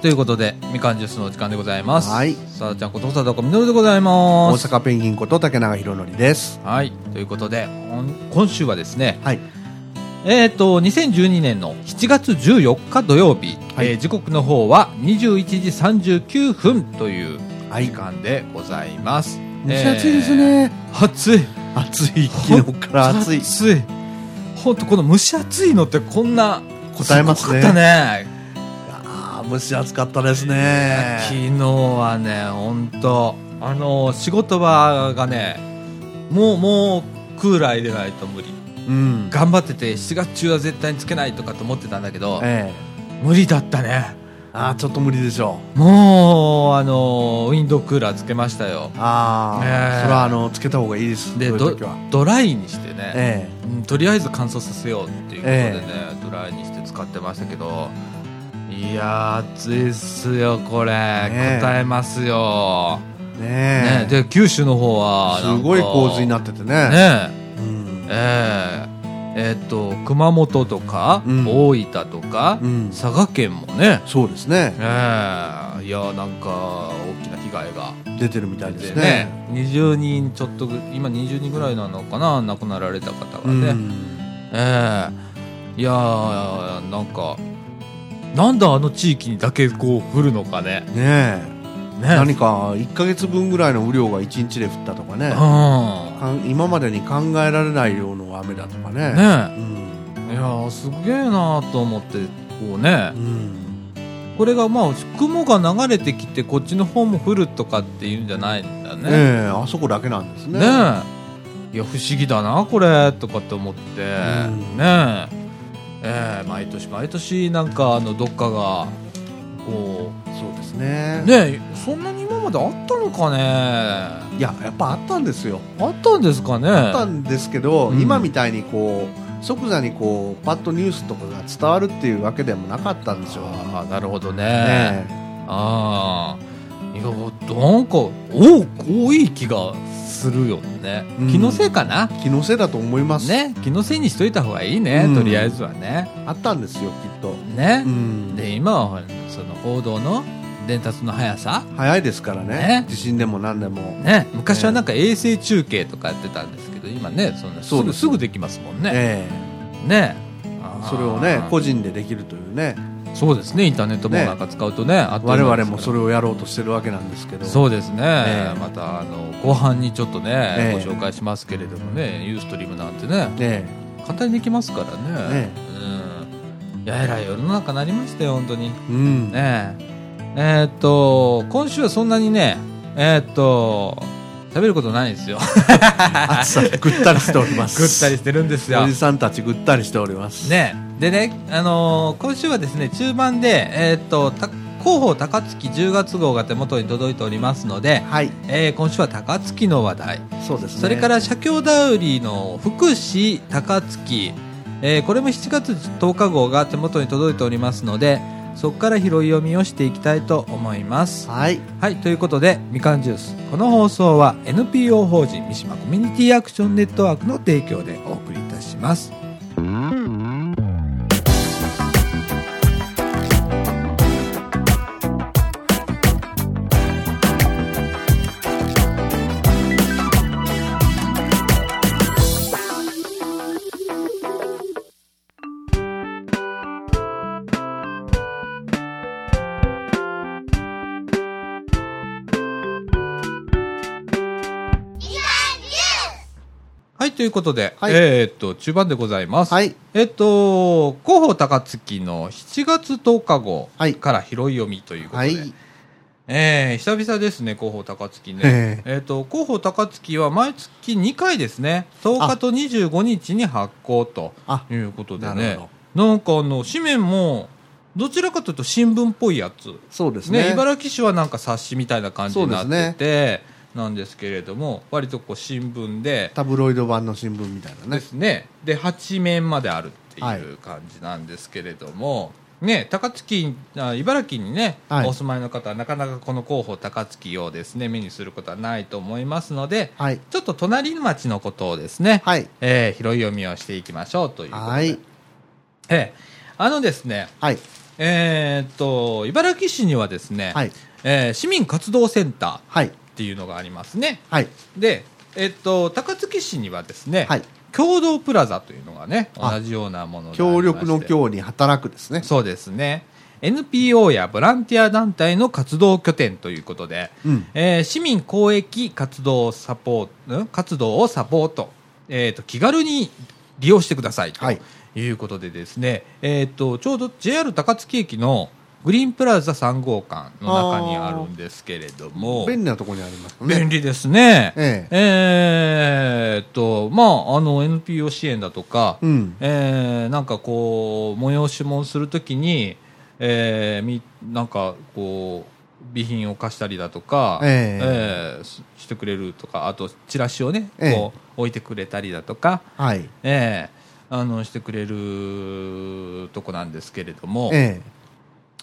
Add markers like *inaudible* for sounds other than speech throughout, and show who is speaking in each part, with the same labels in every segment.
Speaker 1: ということで、みかんジュースのお時間でございます。
Speaker 2: はい
Speaker 1: さあちゃんことさだこみのるでございま
Speaker 2: 大
Speaker 1: す。
Speaker 2: 阪ペンギンこと竹永宏典です
Speaker 1: はい。ということで、ほん今週はですね、
Speaker 2: はい
Speaker 1: えっ、と、2012年の7月14日土曜日、
Speaker 2: はい
Speaker 1: えー時刻の方は21時39分という
Speaker 2: はい
Speaker 1: 時間でございます。
Speaker 2: 蒸し暑いですね、
Speaker 1: えー。暑い。
Speaker 2: 暑い昨日から暑い
Speaker 1: 暑い。ほんと、この蒸し暑いのってこんな、
Speaker 2: 答えますね
Speaker 1: ごかったね。
Speaker 2: あー蒸し暑かったです
Speaker 1: 昨
Speaker 2: ね
Speaker 1: 日はね、本当あの仕事場がね、もうもうクーラー入れないと無理、
Speaker 2: うん
Speaker 1: 頑張ってて、7月中は絶対につけないとかと思ってたんだけど、
Speaker 2: ええ
Speaker 1: 無理だったね、
Speaker 2: あーちょっと無理でしょう
Speaker 1: もうあのウィンドウクーラーつけましたよ、
Speaker 2: ああ、
Speaker 1: ねえ
Speaker 2: それはあのつけた方がいいです
Speaker 1: で
Speaker 2: そういう
Speaker 1: ド
Speaker 2: 時は
Speaker 1: ドライにしてね、
Speaker 2: え
Speaker 1: うんとりあえず乾燥させようっていうことでね、ドライにして使ってましたけど、いやー、暑いっすよ、これ、
Speaker 2: ねえ
Speaker 1: 答えますよ。
Speaker 2: えね
Speaker 1: ね、
Speaker 2: え
Speaker 1: で九州の方はなん
Speaker 2: す
Speaker 1: か
Speaker 2: ごい洪水になっててね
Speaker 1: ね
Speaker 2: うん、
Speaker 1: えええーっと熊本とか、
Speaker 2: うん
Speaker 1: 大分とか、
Speaker 2: うん
Speaker 1: 佐賀県もね
Speaker 2: そうですね
Speaker 1: ええいやなんか大きな被害が
Speaker 2: 出てるみたいで
Speaker 1: 出
Speaker 2: す
Speaker 1: て
Speaker 2: ね
Speaker 1: ね20人ちょっとぐ今20人ぐらいなのかな亡くなられた方が
Speaker 2: う
Speaker 1: ね、
Speaker 2: ん、
Speaker 1: ええいやーなんかなんであの地域にだけこう降るのかね
Speaker 2: ねえ
Speaker 1: ね
Speaker 2: 何か1か月分ぐらいの雨量が1日で降ったとかね
Speaker 1: うん
Speaker 2: かん今までに考えられない量の雨だとかね
Speaker 1: ねえ
Speaker 2: う
Speaker 1: い
Speaker 2: ん
Speaker 1: やーすげえなーと思ってこうね
Speaker 2: うん
Speaker 1: これがまあ雲が流れてきてこっちの方も降るとかっていうんじゃないんだ
Speaker 2: ね
Speaker 1: ね。
Speaker 2: えあそこだけなんです
Speaker 1: ね
Speaker 2: ね
Speaker 1: えいや不思議だなこれとかって思って、
Speaker 2: ん
Speaker 1: ねえええ毎年毎年なんかあのどっかがこ
Speaker 2: そうですね
Speaker 1: うねえそんなに今まであったのかね
Speaker 2: いややっぱあったんですよ
Speaker 1: あったんですかね
Speaker 2: あったんですけど、
Speaker 1: うん
Speaker 2: 今みたいにこう即座にこうパッとニュースとかが伝わるっていうわけでもなかったんですよ
Speaker 1: ああなるほどね
Speaker 2: ね
Speaker 1: ああいやなんか多多い気がするよね、
Speaker 2: うん
Speaker 1: 気のせいかな
Speaker 2: え気のせいだと思います、
Speaker 1: ね気のせいにしといた方がいいね、
Speaker 2: うん
Speaker 1: とりあえずはね
Speaker 2: あったんですよきっと、
Speaker 1: ね
Speaker 2: う、ん、
Speaker 1: で今はその報道の伝達の速さ
Speaker 2: 早いですからね
Speaker 1: ね
Speaker 2: 地震でも何でも、
Speaker 1: ね昔はなんか衛星中継とかやってたんですけど今ねそんなす
Speaker 2: そう
Speaker 1: ぐ
Speaker 2: です
Speaker 1: すぐできますもんね、
Speaker 2: え
Speaker 1: ね
Speaker 2: え
Speaker 1: あー
Speaker 2: それをね個人でできるというね
Speaker 1: そうですねインターネットもなんか使うとねあっとい
Speaker 2: 我
Speaker 1: う間で
Speaker 2: 々
Speaker 1: すから
Speaker 2: もそれをやろうとしてるわけなんですけど
Speaker 1: そうですね、
Speaker 2: ええ
Speaker 1: またあの後半にちょっとね、
Speaker 2: ええ
Speaker 1: ご紹介しますけれどもね、ユーストリームなんてね、
Speaker 2: ね
Speaker 1: 簡単にできますからね、
Speaker 2: え
Speaker 1: うん、いやえらい世の中になりましたよ、本当に。
Speaker 2: えうん
Speaker 1: ねええーっと、今週はそんなにね、えーっと、喋ることないんです
Speaker 2: *laughs*
Speaker 1: よ、
Speaker 2: 暑さでぐったりしております
Speaker 1: ぐったりしてるんですよ
Speaker 2: おじ。さんたちぐったりしております
Speaker 1: ねえでね、あのー今週はですね、中盤で、えーっと、た広報高槻10月号が手元に届いておりますので、
Speaker 2: はい
Speaker 1: えー今週は高槻の話題、
Speaker 2: そうですね
Speaker 1: それから社協ダウリーの福祉高槻、えーこれも7月10日号が手元に届いておりますのでそこから拾い読みをしていきたいと思います。
Speaker 2: はい
Speaker 1: はい、ということで、みかんジュース。この放送は NPO 法人三島コミュニティアクションネットワークの提供でお送りいたします。はい、ということで、
Speaker 2: はい
Speaker 1: えーっと、中盤でございます。
Speaker 2: はい
Speaker 1: えっと、広報高槻の7月10日号
Speaker 2: はい
Speaker 1: から拾い読みということ
Speaker 2: は
Speaker 1: で、
Speaker 2: い
Speaker 1: えー久々ですね、広報高槻ね。
Speaker 2: え
Speaker 1: えっと、広報高槻は毎月2回ですね、10日と25日に発行と
Speaker 2: あ
Speaker 1: いうことで
Speaker 2: なる
Speaker 1: ね
Speaker 2: ほ、
Speaker 1: なんかあの、紙面も、どちらかというと新聞っぽいやつ。
Speaker 2: そうですね
Speaker 1: ね、茨城市はなんか冊子みたいな感じになってて、なんですけれども、割とこう新聞で、
Speaker 2: タブロイド版の新聞みたいな
Speaker 1: で
Speaker 2: ね
Speaker 1: すね。で、8面まであるって
Speaker 2: はいいう
Speaker 1: 感じなんですけれども、ね、高槻、あ茨城にね、
Speaker 2: はい
Speaker 1: お住まいの方はなかなかこの候補高槻をですね、目にすることはないと思いますので、
Speaker 2: はい
Speaker 1: ちょっと隣町のことをですね、
Speaker 2: はい
Speaker 1: えー拾い読みをしていきましょうということで。
Speaker 2: はい
Speaker 1: ええあのですね、
Speaker 2: はい
Speaker 1: えーっと茨城市にはですね、
Speaker 2: はい
Speaker 1: えー市民活動センターっ
Speaker 2: はい
Speaker 1: ていうのがありますね。
Speaker 2: はい
Speaker 1: で、えっと高槻市にはですね、
Speaker 2: はい
Speaker 1: 共同プラザというのがね
Speaker 2: あ
Speaker 1: 同じようなものでありま
Speaker 2: 協
Speaker 1: して
Speaker 2: 力の協に働くですね
Speaker 1: そうですね NPO やボランティア団体の活動拠点ということで、
Speaker 2: うん
Speaker 1: えー市民公益活動をサポートん活動をサポート、えー、と気軽に利用してくださいと
Speaker 2: はい
Speaker 1: いうことでですね、えー、とちょうど JR 高槻駅のグリーンプラザ3号館の中にあるんですけれども
Speaker 2: 便利なところにありますね
Speaker 1: 便利ですね。
Speaker 2: え
Speaker 1: えーっと、まあ、あの、NPO 支援だとか、
Speaker 2: うん
Speaker 1: えーなんかこう、催し物するときに、えーみ、なんかこう、備品を貸したりだとか、
Speaker 2: え
Speaker 1: えーししてくれるとか、あと、チラシをね、
Speaker 2: ええ
Speaker 1: こう、置いてくれたりだとか、
Speaker 2: はい
Speaker 1: えーあの、してくれるとこなんですけれども、
Speaker 2: え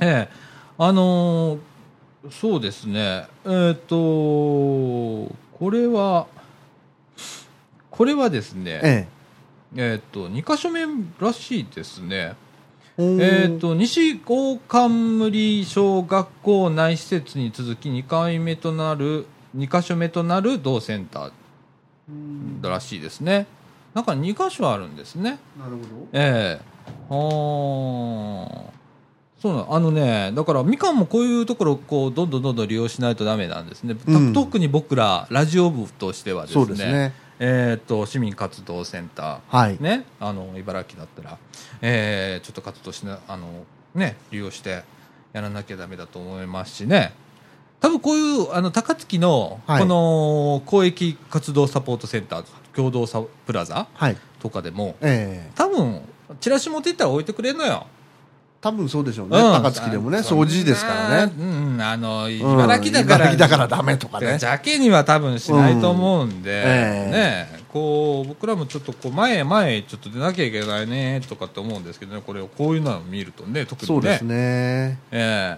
Speaker 2: え
Speaker 1: ええあのーそうですね、えーっ、と、これは、これはですね、え
Speaker 2: え
Speaker 1: ーっ、と、2箇所目らしいですね、
Speaker 2: えほー
Speaker 1: えーっ、と、西高冠小学校内施設に続き2回目となる、2箇所目となる同センタ
Speaker 2: うん
Speaker 1: ーらしいですね。なんか2箇所あるんですね。
Speaker 2: なるほ
Speaker 1: ええああ。そうなのあのね、だからみかんもこういうところをこうどんどんどんどん利用しないとだめなんですね、た
Speaker 2: うん
Speaker 1: 特に僕ら、ラジオ部としてはです
Speaker 2: そ
Speaker 1: ね
Speaker 2: うですね
Speaker 1: えー、と市民活動センタ
Speaker 2: はい
Speaker 1: ー、ね、あの茨城だったら、えーちょっと活動しなあの、ね、利用してやらなきゃだめだと思いますしね、多分こういうあの高槻の
Speaker 2: はい
Speaker 1: この公益活動サポートセンター、共同サプラザ
Speaker 2: はい
Speaker 1: とかでも、
Speaker 2: ええ
Speaker 1: 多分チラシ持って行ったら置いてくれるのよ、
Speaker 2: 多分そうでしょうね、
Speaker 1: うん
Speaker 2: 高槻でもね掃除ですからね、
Speaker 1: うん、あの
Speaker 2: うん
Speaker 1: 茨城だから、
Speaker 2: 茨城だからダメとかね
Speaker 1: *laughs* 邪気には多分しないと思うんで、
Speaker 2: ええ
Speaker 1: ねこう僕らもちょっとこう前へ前へちょっと出なきゃいけないねとかって思うんですけどねこれをこういうのを見るとね特にね
Speaker 2: そうですね
Speaker 1: ええ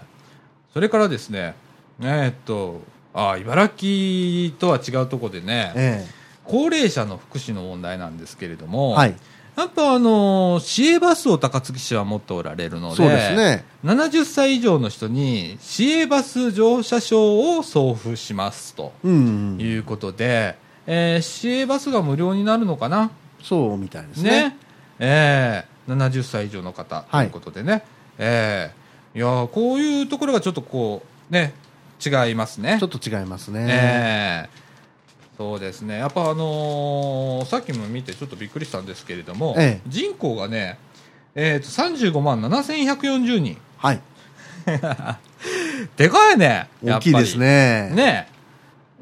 Speaker 1: それからですねえーっとあ茨城とは違うところでね、
Speaker 2: え
Speaker 1: 高齢者の福祉の問題なんですけれど
Speaker 2: え
Speaker 1: も、
Speaker 2: はい
Speaker 1: やっぱあのー市営バスを高槻市は持っておられるので、
Speaker 2: そうですね
Speaker 1: 70歳以上の人に市営バス乗車証を送付しますと
Speaker 2: うん
Speaker 1: いうことで、えー市営バスが無料になるのかな、
Speaker 2: そうみたいです
Speaker 1: ね
Speaker 2: ね
Speaker 1: えー70歳以上の方と
Speaker 2: はい
Speaker 1: いうことでね、えーいやーこういうところがちょっとこう、ね、違いますね
Speaker 2: ちょ。っと違いますね、
Speaker 1: えーそうですねやっぱあのーさっきも見てちょっとびっくりしたんですけれども、
Speaker 2: ええ
Speaker 1: 人口がね、えー、と35万7140人
Speaker 2: はい
Speaker 1: *laughs* でかいねや
Speaker 2: 大
Speaker 1: っぱり
Speaker 2: きいですね
Speaker 1: ね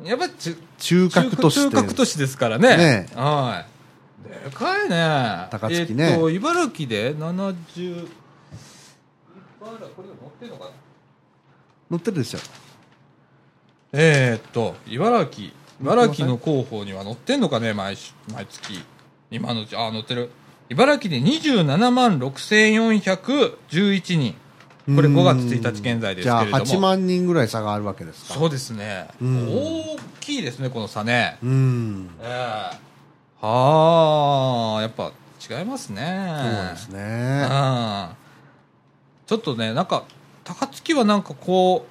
Speaker 1: えやっぱち
Speaker 2: 中核都市
Speaker 1: 中
Speaker 2: という
Speaker 1: 核都市ですからね
Speaker 2: ねえ
Speaker 1: はいでかいね
Speaker 2: 高槻ね
Speaker 1: えっと茨城で70茨城これでも乗ってんのかな
Speaker 2: 乗ってるでしょ
Speaker 1: えーっと茨城茨城の広報には載ってんのかね毎週毎月今のうちあ載ってる茨城で27万6411人これ
Speaker 2: うん
Speaker 1: 5月1日現在ですけれど
Speaker 2: じゃあ
Speaker 1: も
Speaker 2: 8万人ぐらい差があるわけですか
Speaker 1: そうですね
Speaker 2: うん
Speaker 1: 大きいですねこの差ね
Speaker 2: うん
Speaker 1: ええはあやっぱ違いますね
Speaker 2: そうです
Speaker 1: う
Speaker 2: ね
Speaker 1: んちょっとねなんか高槻はなんかこう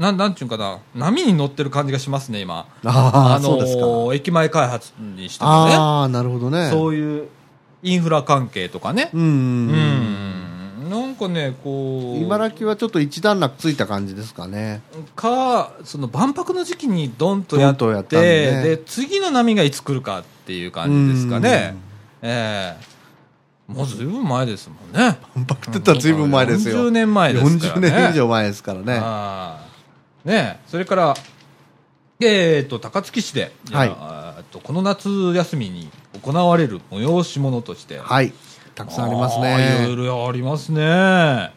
Speaker 1: なんなんていうんかな波に乗ってる感じがしますね今
Speaker 2: あ
Speaker 1: あ
Speaker 2: あ
Speaker 1: の
Speaker 2: そうですか
Speaker 1: ー駅前開発にしてもね、
Speaker 2: ああなるほどね
Speaker 1: そういうインフラ関係とかね、
Speaker 2: う
Speaker 1: うんん、なんかね、こう、
Speaker 2: 茨城はちょっと一段落ついた感じですかね
Speaker 1: か、その万博の時期にどんとやっ、
Speaker 2: ドンとやってたんでね
Speaker 1: で次の波がいつ来るかっていう感じですかね、ええもうずいぶん前ですもんね。
Speaker 2: 万博って言ったらずいぶん前ですよ
Speaker 1: 40年前ですから
Speaker 2: 40
Speaker 1: ね。
Speaker 2: 年以上前ですからね
Speaker 1: あーねえそれから、えー、と高槻市で、
Speaker 2: はい
Speaker 1: あーとこの夏休みに行われる催し物として、
Speaker 2: はいたくさんあります
Speaker 1: あーい
Speaker 2: ね
Speaker 1: ろいろありますね。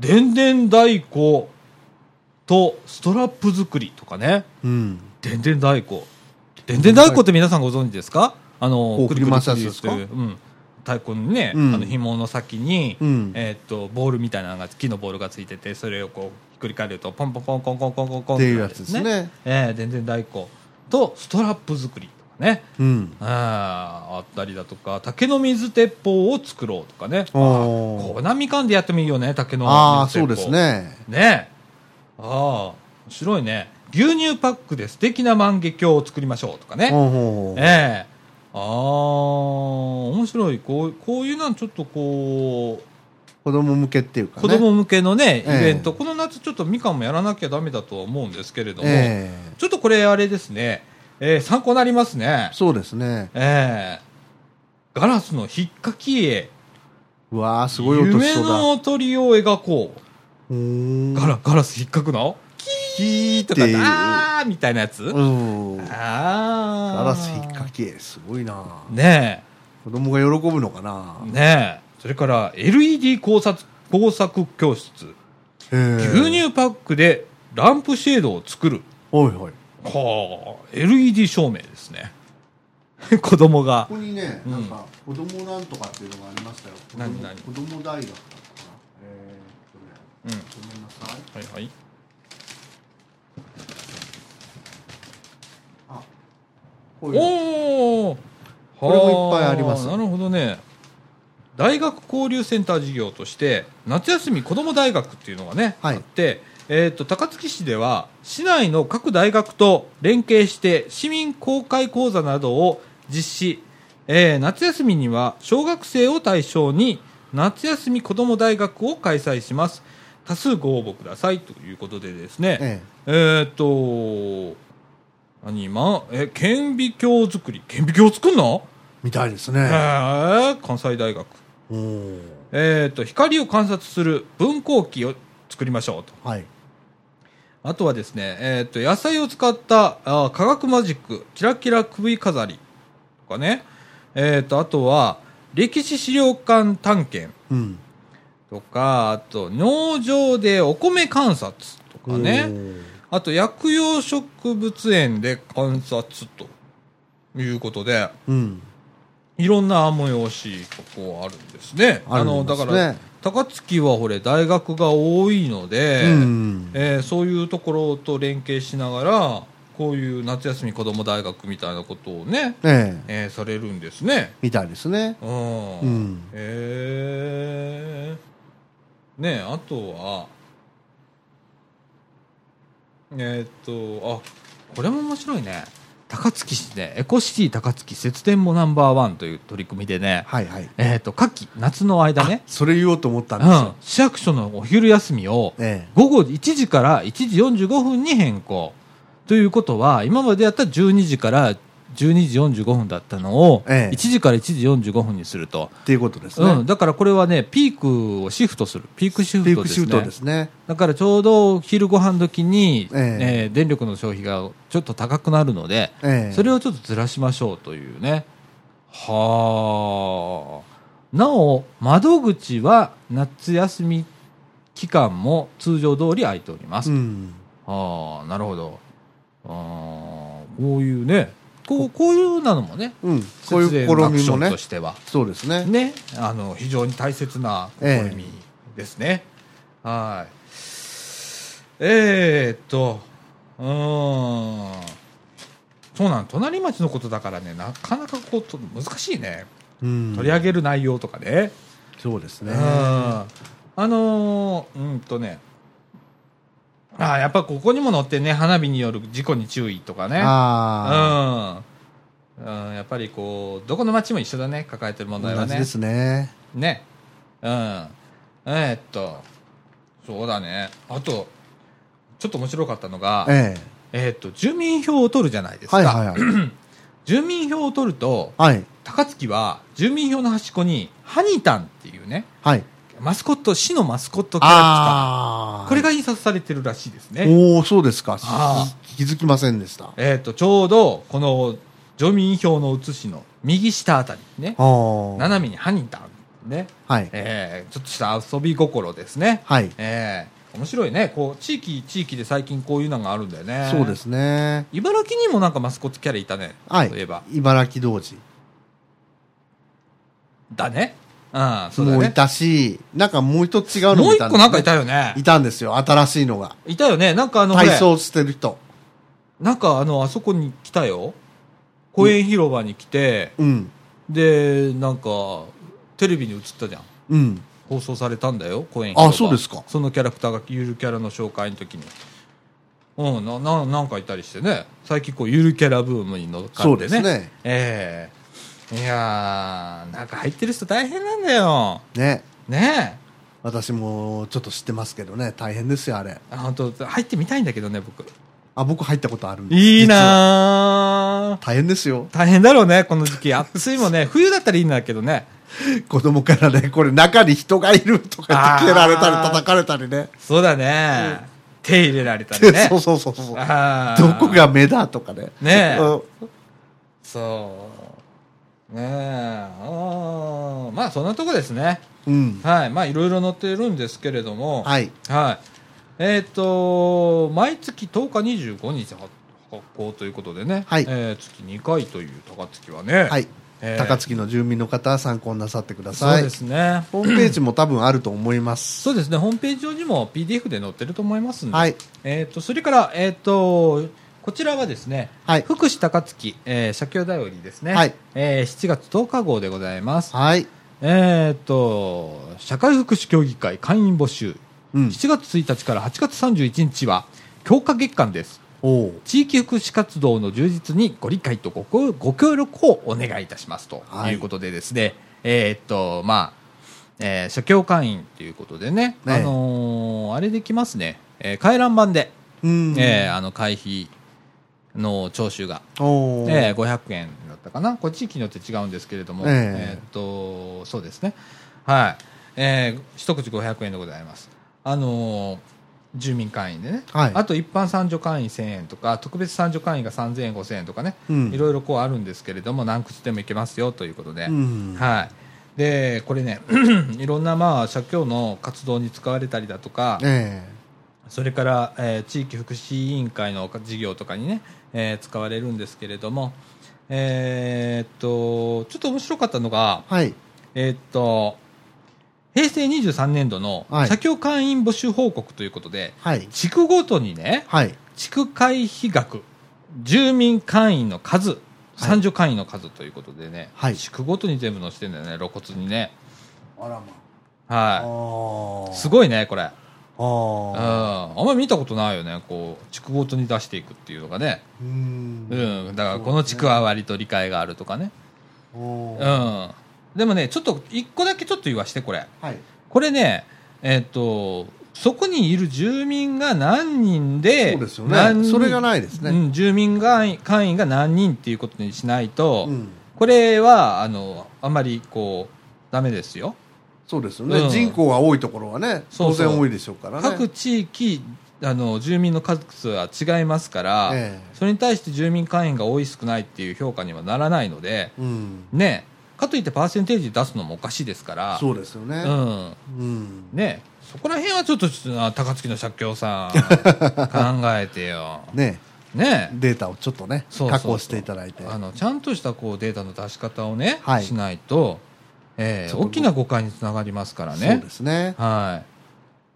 Speaker 1: でんでん太鼓とストラップ作りとかね。
Speaker 2: うん
Speaker 1: でんでん太鼓。でんでん太鼓って皆さんご存知ですかあの
Speaker 2: こ、う
Speaker 1: くりくりくり
Speaker 2: 振り回すやつですか
Speaker 1: っていううん。太鼓にね、
Speaker 2: うん
Speaker 1: あの紐の先に、
Speaker 2: うん
Speaker 1: えーっと、ボールみたいなのが、木のボールがついてて、それをこう、ひっくり返ると、ポンポンポンコンコンコンコンコン
Speaker 2: っていうやつですね
Speaker 1: えーでんでん太鼓とストラップ作りとかね、
Speaker 2: うん。
Speaker 1: あーあったりだとか竹の水鉄砲を作ろうとかね
Speaker 2: おー
Speaker 1: こんなみかんでやってもいいよね竹の水鉄砲
Speaker 2: ああ、そうですね。
Speaker 1: ねああ面白いね牛乳パックで素敵な万華鏡を作りましょうとかね
Speaker 2: ほうほうほう
Speaker 1: ええああ面白いこうこういうなんちょっとこう
Speaker 2: 子供向けっていうか
Speaker 1: 子
Speaker 2: ね。
Speaker 1: 供向けのね、
Speaker 2: ええ
Speaker 1: イベント、この夏ちょっとみかんもやらなきゃダメだとは思うんですけれども、
Speaker 2: え
Speaker 1: ちょっとこれあれですね、えー参考になりますね
Speaker 2: え。そうですね。
Speaker 1: えーガラスの引っかき絵、
Speaker 2: うわあ、すごい音し
Speaker 1: 夢
Speaker 2: そうだ。
Speaker 1: の鳥を描こう。
Speaker 2: うーん
Speaker 1: ガラガラス引っかくのキーとか、
Speaker 2: キーっていう
Speaker 1: あーみたいなやつ、
Speaker 2: うん。ガ
Speaker 1: あー。
Speaker 2: ラス引っ掛け、すごいな。
Speaker 1: ね
Speaker 2: 子供が喜ぶのかな
Speaker 1: え、。ねえ。それから、LED 工作工作教室、
Speaker 2: 牛
Speaker 1: 牛。乳パックでランプシェードを作る。
Speaker 2: はいはい。
Speaker 1: はあ、LED 照明ですね。 *laughs* 子供が
Speaker 2: こ。こにね、
Speaker 1: うん
Speaker 2: なんか子供なんとかっていうのがありましたよ。子供
Speaker 1: 何何
Speaker 2: 子供大学だったかな。えー
Speaker 1: うん。
Speaker 2: っとね、ごめんなさい。
Speaker 1: はいはい。
Speaker 2: あ、こういうの。
Speaker 1: おお
Speaker 2: これもいっぱいあります
Speaker 1: なるほどね。大学交流センター事業として、夏休み子ども大学っていうのがね、
Speaker 2: はい
Speaker 1: あって、えーと、高槻市では、市内の各大学と連携して、市民公開講座などを実施、えー夏休みには小学生を対象に、夏休み子ども大学を開催します。多数ご応募くださいということでですね、
Speaker 2: え
Speaker 1: えーっと、何今、え、顕微鏡作り。顕微鏡作んの
Speaker 2: え、みたいです
Speaker 1: へ
Speaker 2: ね。
Speaker 1: ー関西大学。
Speaker 2: おー
Speaker 1: えーっと、光を観察する分光器を作りましょうと。
Speaker 2: はい。
Speaker 1: あとはですね、えーっと、野菜を使ったあ化学マジック、キラキラ首飾りとかね。えーっと、あとは、歴史資料館探検
Speaker 2: うん。
Speaker 1: とか、あと、農場でお米観察とかね。
Speaker 2: おー
Speaker 1: あと、薬用植物園で観察ということで、
Speaker 2: うん。
Speaker 1: いろんな催し、ここあるんですね。
Speaker 2: あるん
Speaker 1: の、
Speaker 2: で
Speaker 1: だ
Speaker 2: すね
Speaker 1: から、高槻はほれ、大学が多いので、
Speaker 2: うん。
Speaker 1: えーそういうところと連携しながら、こういう夏休み子ども大学みたいなことをね、
Speaker 2: ええ、
Speaker 1: えーされるんですね。
Speaker 2: みたいですね。
Speaker 1: うん。
Speaker 2: うん。
Speaker 1: へえねえあとはえーっとあこれも面白いね高槻市でエコシティ高槻節電もナンバーワンという取り組みでね
Speaker 2: はいはい。
Speaker 1: えーっと夏季夏の間ね、
Speaker 2: それ言おうと思ったん
Speaker 1: う
Speaker 2: ですよ
Speaker 1: ん。、市役所のお昼休みを
Speaker 2: え
Speaker 1: 午後1時から1時45分に変更ということは今までやったら12時から12時45分だったのを
Speaker 2: え
Speaker 1: 1
Speaker 2: え
Speaker 1: 時から1時45分にすると、
Speaker 2: え。っていうことですね。
Speaker 1: うん、だからこれはね、ピークをシフトする、ピークシフ
Speaker 2: ピー
Speaker 1: ト
Speaker 2: ク
Speaker 1: です
Speaker 2: シ
Speaker 1: ね。
Speaker 2: フトですね。
Speaker 1: だからちょうど昼ご飯時に、
Speaker 2: ええ
Speaker 1: えー電力の消費がちょっと高くなるので、
Speaker 2: ええ。
Speaker 1: それ
Speaker 2: を、
Speaker 1: をちょっとずらしましょうというね。はあ。なお、窓口は夏休み期間も通常通り開いております。
Speaker 2: うん。
Speaker 1: ああ、なるほど。あーこういうね、こうこういうなのもね、
Speaker 2: うん。こういう試
Speaker 1: 節電アク
Speaker 2: み
Speaker 1: ショ
Speaker 2: も
Speaker 1: ン
Speaker 2: ね
Speaker 1: と。しては。
Speaker 2: そうですね。
Speaker 1: ね、あの非常に大切な試みですね。はい。えー、っと、うーん。そうなん、隣町のことだからね、なかなかこうと難しいね。
Speaker 2: うん。
Speaker 1: 取り上げる内容とかね。
Speaker 2: そうです
Speaker 1: うん。
Speaker 2: ね。
Speaker 1: あのー、うんとね。あーやっぱここにも載ってね、花火による事故に注意とかね。
Speaker 2: ああ。
Speaker 1: うん。うん、やっぱりこう、どこの町も一緒だね、抱えてる問題は
Speaker 2: 同
Speaker 1: ね。
Speaker 2: じですね。
Speaker 1: ね。うん。えーっと、そうだね。あと、ちょっと面白かったのが、え
Speaker 2: ええ。
Speaker 1: ーっと、住民票を取るじゃないですか。
Speaker 2: はいはいはい。
Speaker 1: 住民票を取ると、
Speaker 2: はい。
Speaker 1: 高槻は住民票の端っこに、ハニタンっていうね、
Speaker 2: はい。
Speaker 1: マスコット、市のマスコットキャラ
Speaker 2: あ
Speaker 1: クタ
Speaker 2: あ。
Speaker 1: ー。これが印刷されてるらしいですね。
Speaker 2: おお、そうですか
Speaker 1: あ。
Speaker 2: 気づきませんでした。あ
Speaker 1: えーっと、ちょうど、この住民票の写しの右下あたりにね、
Speaker 2: あ。
Speaker 1: 斜めにハニタン、ね、
Speaker 2: はい。
Speaker 1: えーちょっとした遊び心ですね。
Speaker 2: はい。
Speaker 1: ええ面白いね。こう、地域、地域で最近こういうのがあるんだよね。
Speaker 2: そうで。すね。
Speaker 1: 茨城にもなんかマスコットキャラいたね。
Speaker 2: はい
Speaker 1: そういえば。。
Speaker 2: 茨城童子。
Speaker 1: だね。うん、そうだ
Speaker 2: もうい
Speaker 1: ね。
Speaker 2: たし、なんかもう一つ違うの
Speaker 1: も
Speaker 2: も
Speaker 1: う
Speaker 2: い
Speaker 1: 一
Speaker 2: た
Speaker 1: 個なんかい
Speaker 2: ですね
Speaker 1: たよね。
Speaker 2: いたんですよ。新しいのが。
Speaker 1: いたよね。なんかあの、ほれ
Speaker 2: 体操してる人。
Speaker 1: なんかあの、あそこに来たよ。公園広場に来て、
Speaker 2: うん
Speaker 1: でなんかテレビに映ったじゃん
Speaker 2: うん
Speaker 1: 放送されたんだよ公園
Speaker 2: あそうですか
Speaker 1: そのキャラクターがゆるキャラの紹介の時にうんなななんかいたりしてね最近こうゆるキャラブームに乗っかってね
Speaker 2: そうですね
Speaker 1: ええいやーなんか入ってる人大変なんだよ
Speaker 2: ね
Speaker 1: ねえ
Speaker 2: 私もちょっと知ってますけどね大変ですよあれ
Speaker 1: あ本当入ってみたいんだけどね僕
Speaker 2: あ僕入ったことあるんです
Speaker 1: いい
Speaker 2: 実は
Speaker 1: なー
Speaker 2: 大変ですよ
Speaker 1: 大変だろうねこの時期暑いもんね *laughs* 冬だったらいいんだけどね
Speaker 2: 子供からねこれ中に人がいるとか言って蹴られたり
Speaker 1: あー
Speaker 2: 叩かれたりね
Speaker 1: そうだね、手入れられたりね
Speaker 2: *laughs* そうそうそうそう
Speaker 1: あ
Speaker 2: ど
Speaker 1: ー
Speaker 2: こが目だとかね
Speaker 1: ねえ
Speaker 2: うん
Speaker 1: そう。ねえ。あーまあ、そんなとこですね。
Speaker 2: うん
Speaker 1: はい。まあ、いろいろ載ってるんですけれども。い。
Speaker 2: はい
Speaker 1: はい。えっ、と、毎月10日25日発行ということでね。
Speaker 2: はい
Speaker 1: えー月2回という高槻はね。
Speaker 2: はい
Speaker 1: えー
Speaker 2: 高槻の住民の方は参考になさってくだ
Speaker 1: そ
Speaker 2: さ
Speaker 1: う
Speaker 2: い
Speaker 1: ですね。
Speaker 2: ホームページも多分あると思います
Speaker 1: そうですね。ホームページ上にも PDF で載ってると思いますんで。
Speaker 2: はい
Speaker 1: えっ、と、それから、えっ、と、こちらはですね、
Speaker 2: はい
Speaker 1: 福祉高槻、えー、社協だよりですね、
Speaker 2: はい
Speaker 1: えー7月10日号でございます。
Speaker 2: はい
Speaker 1: えー、っと、社会福祉協議会会員募集、
Speaker 2: うん
Speaker 1: 7月1日から8月31日は、強化月間です。
Speaker 2: おう
Speaker 1: 地域福祉活動の充実にご理解とごこご協力をお願いいたしますと
Speaker 2: はい
Speaker 1: いうことでですね、えーっと、まあ、えー社協会員ということでね、
Speaker 2: ね
Speaker 1: あのーあれできますね、えー回覧板で、
Speaker 2: うん
Speaker 1: えーあの、会費の徴収が
Speaker 2: おう
Speaker 1: えー、500円だったかな、これ地域によって違うんですけれども、
Speaker 2: え
Speaker 1: えー
Speaker 2: え
Speaker 1: っとそうですね、はいえー一口500円でございます。あのー住民会員でね、
Speaker 2: はい
Speaker 1: あと一般参助会員1000円とか特別参助会員が3000円5000円とかね、
Speaker 2: うん
Speaker 1: いろいろこうあるんですけれども何口でもいけますよということで、
Speaker 2: うん
Speaker 1: はい、でこれね *clears throat* いろんなまあ社協の活動に使われたりだとか、
Speaker 2: え
Speaker 1: それから、えー地域福祉委員会の事業とかにね、えー使われるんですけれども、えーっと、ちょっと面白かったのが、
Speaker 2: えはい
Speaker 1: えーっと、平成23年度の
Speaker 2: はい
Speaker 1: 社協会員募集報告ということで、
Speaker 2: はい
Speaker 1: 地区ごとにね、
Speaker 2: はい
Speaker 1: 地区会費額、住民会員の数、三助会員の数ということでね、
Speaker 2: はい
Speaker 1: 地区ごとに全部載せてんだよね、露骨にね。
Speaker 2: あらま
Speaker 1: は
Speaker 2: あ
Speaker 1: い。すごいね、これ。うん。
Speaker 2: ああ
Speaker 1: あんまり見たことないよね、こう、地区ごとに出していくっていうのがね。
Speaker 2: うん
Speaker 1: うん、だからこの地区は割と理解があるとかね。
Speaker 2: お
Speaker 1: う。
Speaker 2: うん
Speaker 1: でもね、ちょっと、一個だけちょっと言わして、これ。
Speaker 2: はい
Speaker 1: これね、えっ、と、そこにいる住民が何人で、
Speaker 2: そうですよね
Speaker 1: 何人
Speaker 2: それがないですね
Speaker 1: うん、住民が会員が何人っていうことにしないと、
Speaker 2: うん
Speaker 1: これは、あの、あんまりこう、ダメですよ。
Speaker 2: そうですよね、
Speaker 1: うん
Speaker 2: 人口が多いところはね
Speaker 1: そ
Speaker 2: 当
Speaker 1: うそう
Speaker 2: 然多いでしょうからね
Speaker 1: 各地域、あの、住民の数は違いますから、
Speaker 2: え
Speaker 1: それに対して住民会員が多い少ないっていう評価にはならないので、
Speaker 2: えうん、
Speaker 1: ねかといってパーセンテージ出すのもおかしいですから
Speaker 2: そうですよね、
Speaker 1: うん
Speaker 2: うん
Speaker 1: ねそこら辺はちょっとちょっとあ高槻の社協さん
Speaker 2: *laughs*
Speaker 1: 考えてよ
Speaker 2: ね
Speaker 1: ね
Speaker 2: データをちょっとね
Speaker 1: そうそうそう
Speaker 2: 加工していただいて
Speaker 1: あのちゃんとしたこうデータの出し方をね、
Speaker 2: はい
Speaker 1: しないと、えー
Speaker 2: ちょっと
Speaker 1: 大きな誤解につながりますから
Speaker 2: そう
Speaker 1: ね
Speaker 2: ですね
Speaker 1: はい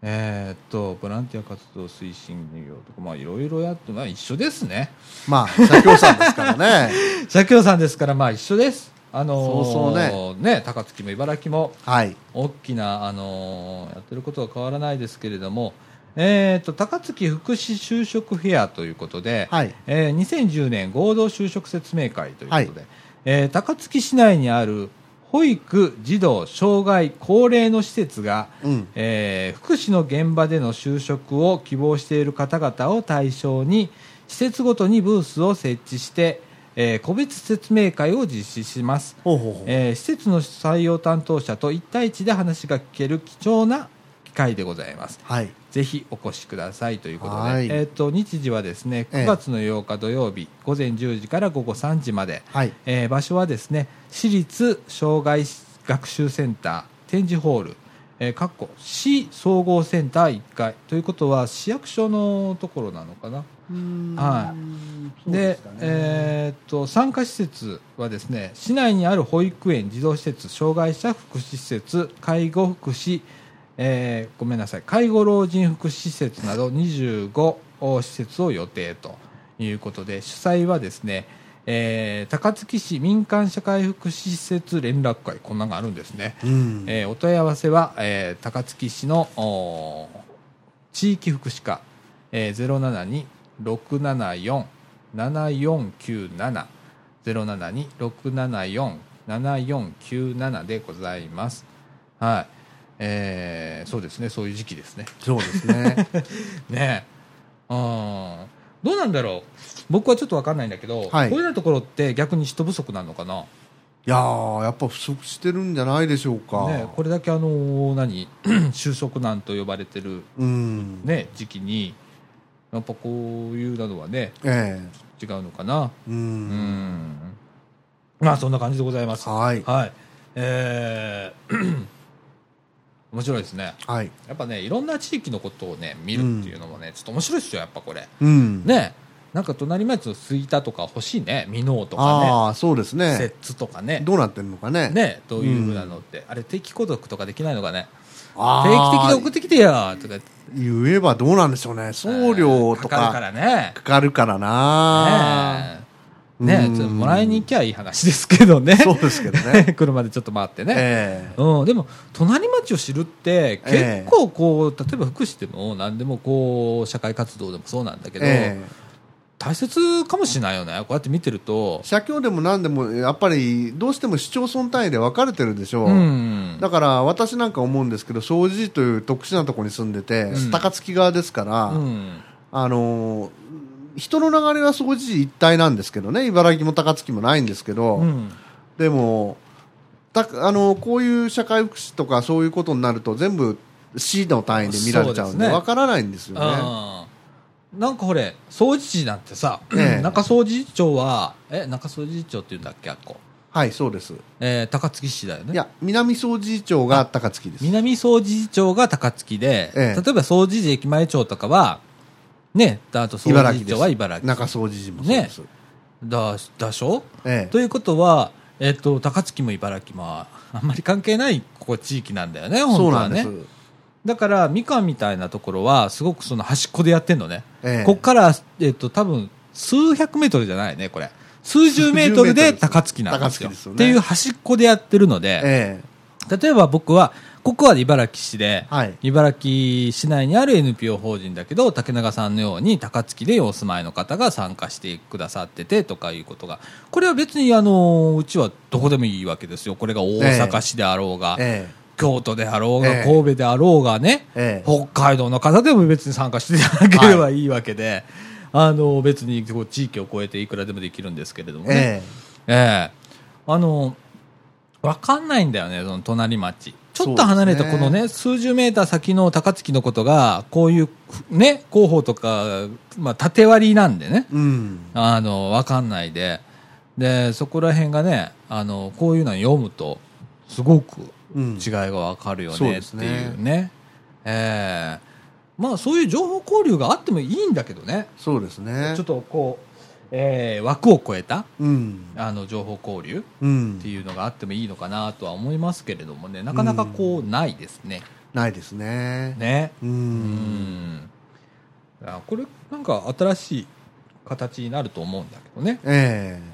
Speaker 1: えーっとボランティア活動推進事業とかまあいろいろやってまあ一緒ですね
Speaker 2: まあ社協さんですからね
Speaker 1: *laughs* 社協さんですからまあ一緒ですあのー
Speaker 2: そうそ
Speaker 1: ね高槻も茨城も
Speaker 2: はい
Speaker 1: 大きな、あのーやってることは変わらないですけれども、えー、と高槻福祉就職フェアということで、
Speaker 2: はい
Speaker 1: えー2010年合同就職説明会ということで、えー高槻市内にある保育、児童、障害、高齢の施設が、
Speaker 2: うん
Speaker 1: えー福祉の現場での就職を希望している方々を対象に施設ごとにブースを設置して、えー個別説明会を実施します。
Speaker 2: ほうほうほう、
Speaker 1: えー施設の採用担当者と一対一で話が聞ける貴重な機会でございます。
Speaker 2: はい
Speaker 1: ぜひお越しくださいということ
Speaker 2: はい
Speaker 1: で、えっと日時はですね
Speaker 2: え
Speaker 1: 9
Speaker 2: え
Speaker 1: 月の8日土曜日、午前10時から午後3時まで、
Speaker 2: はい
Speaker 1: えー場所はですね私立障害学習センター展示ホール、えー、かっこ市総合センター1階ということは市役所のところなのかな。は
Speaker 2: そう
Speaker 1: で
Speaker 2: かね
Speaker 1: えーっと参加施設はですね市内にある保育園、児童施設、障害者福祉施設、介護福祉、えーごめんなさい介護老人福祉施施設など25施設を予定ということで主催はですね、えー高槻市民間社会福祉施設連絡会こんなのがあるんですね、
Speaker 2: うん
Speaker 1: えーお問い合わせは、えー高槻市のおー地域福祉課、えー、072-674-7497 072-674-7497でございます。はい。えーそうですね、そういう時期ですね。
Speaker 2: そうで
Speaker 1: *laughs*
Speaker 2: すね
Speaker 1: ねえ。うん。どうなんだろう僕はちょっとわかんないんだけど、
Speaker 2: はい
Speaker 1: こういうようなところって逆に人不足なのかない
Speaker 2: やーやっぱ不足してるんじゃないでしょうか、
Speaker 1: ね、これだけあの何 *clears throat* 就職難と呼ばれてる、
Speaker 2: うん
Speaker 1: ね、時期にやっぱこういうなのはね
Speaker 2: え
Speaker 1: 違うのかな
Speaker 2: えう
Speaker 1: うんんまあそんな感じでございますは
Speaker 2: はい
Speaker 1: い、えー *clears throat* 面白いですね
Speaker 2: はい
Speaker 1: やっぱねいろんな地域のことをね見るっていうのもね、ちょっと面白いですよやっぱこれ
Speaker 2: うん
Speaker 1: ねなんか隣町の吹田とか欲しいね箕面とか
Speaker 2: ああそうです
Speaker 1: ね
Speaker 2: ね
Speaker 1: 摂津とかね
Speaker 2: どうなってんのかね
Speaker 1: ねどういうふうなのって、あれ定期購読とかできないのかね
Speaker 2: あ
Speaker 1: 定期的
Speaker 2: ー
Speaker 1: に送ってきてよとか
Speaker 2: 言えばどうなんでしょうね送料と
Speaker 1: かかるか
Speaker 2: から
Speaker 1: ね
Speaker 2: かかるからな
Speaker 1: ねえね
Speaker 2: うん
Speaker 1: えちょっともらいに行きゃいい話ですけど *laughs* ね
Speaker 2: そうですけどね
Speaker 1: 車でちょっと回ってね、
Speaker 2: ええ
Speaker 1: うん、でも隣町を知るって
Speaker 2: ええ
Speaker 1: 結構こう、例えば福祉でも何でもこう社会活動でもそうなんだけど、
Speaker 2: え
Speaker 1: 大切かもしれないよねこうやって見てると
Speaker 2: え社協でも何でもやっぱりどうしても市町村単位で分かれてるでしょう、
Speaker 1: うん
Speaker 2: だから私なんか思うんですけど庄司という特殊なところに住んでて、
Speaker 1: うん
Speaker 2: 高槻側ですから、
Speaker 1: うん
Speaker 2: あのー人の流れは掃除一体なんですけどね茨城も高槻もないんですけど、
Speaker 1: うん
Speaker 2: でもたあのこういう社会福祉とかそういうことになると全部市の単位で見られちゃうん
Speaker 1: そうで
Speaker 2: で
Speaker 1: ね
Speaker 2: すわからないんですよね。
Speaker 1: うんなんかほれ掃除時なんてさ、
Speaker 2: ええ
Speaker 1: 中掃除長はえ中掃除長って言うんだっけあっこ、
Speaker 2: はいそうです。い
Speaker 1: えー高槻市だよね
Speaker 2: や南総事長が高槻です。
Speaker 1: 南総除町が高槻で、
Speaker 2: ええ
Speaker 1: 例えば総除寺駅前町とかは、ね、だあと総除
Speaker 2: 茨
Speaker 1: 寺
Speaker 2: 城で
Speaker 1: 町
Speaker 2: す。
Speaker 1: は茨城
Speaker 2: 中総事もそうです。
Speaker 1: だだしょ、
Speaker 2: ええ
Speaker 1: ということは、えっと高槻も茨城もあんまり関係ないここ地域なんだよね、
Speaker 2: そ
Speaker 1: 本
Speaker 2: う
Speaker 1: 当
Speaker 2: な
Speaker 1: は
Speaker 2: ん
Speaker 1: ね
Speaker 2: です。。
Speaker 1: だから、みかんみたいなところは、すごくその端っこでやってんのね。
Speaker 2: ええ
Speaker 1: ここから、えっと多分数百メートルじゃないね、これ。数十メートル
Speaker 2: 数十メートル
Speaker 1: で
Speaker 2: です
Speaker 1: 高槻なんですよ。
Speaker 2: 高槻ですよね
Speaker 1: っていう端っこでやってるので、
Speaker 2: え
Speaker 1: 例えば僕は、ここは茨城市で、
Speaker 2: はい
Speaker 1: 茨城市内にある NPO 法人だけど、竹永さんのように高槻でお住まいの方が参加してくださっててとかいうことが、これは別にあの、うちはどこでもいいわけですよ。これが大阪市であろうが、
Speaker 2: ええ
Speaker 1: 京都であろうが、
Speaker 2: ええ
Speaker 1: 神戸であろうがね、
Speaker 2: ええ
Speaker 1: 北海道の方でも別に参加していただければいいわけで、あの、別にこう地域を超えていくらでもできるんですけれどもね。
Speaker 2: ええ
Speaker 1: ええあの、わかんないんだよね、その隣町。ちょっと
Speaker 2: そう
Speaker 1: 離
Speaker 2: で
Speaker 1: れ
Speaker 2: すね
Speaker 1: たこのね、数十メーター先の高槻のことが、こういうね、広報とか、まあ、縦割りなんでね、
Speaker 2: うん
Speaker 1: あの、わかんないで、で、そこら辺がね、あの、こういうのを読むと、すごく
Speaker 2: うん
Speaker 1: 違いがわかるよ
Speaker 2: そう
Speaker 1: ね
Speaker 2: で
Speaker 1: っ
Speaker 2: す
Speaker 1: て
Speaker 2: ね
Speaker 1: いうね。ええまあ、そういう情報交流があってもいいんだけどね、
Speaker 2: そうですね。
Speaker 1: ちょっとこう、ええ枠を超えた、
Speaker 2: うん
Speaker 1: あの、情報交流。
Speaker 2: うん
Speaker 1: っていうのがあってもいいのかなとは思いますけれどもね、なかなかこうないですね。
Speaker 2: ないですね。
Speaker 1: ね。
Speaker 2: う
Speaker 1: うんん。あこれ、なんか新しい形になると思うんだけどね。
Speaker 2: ええ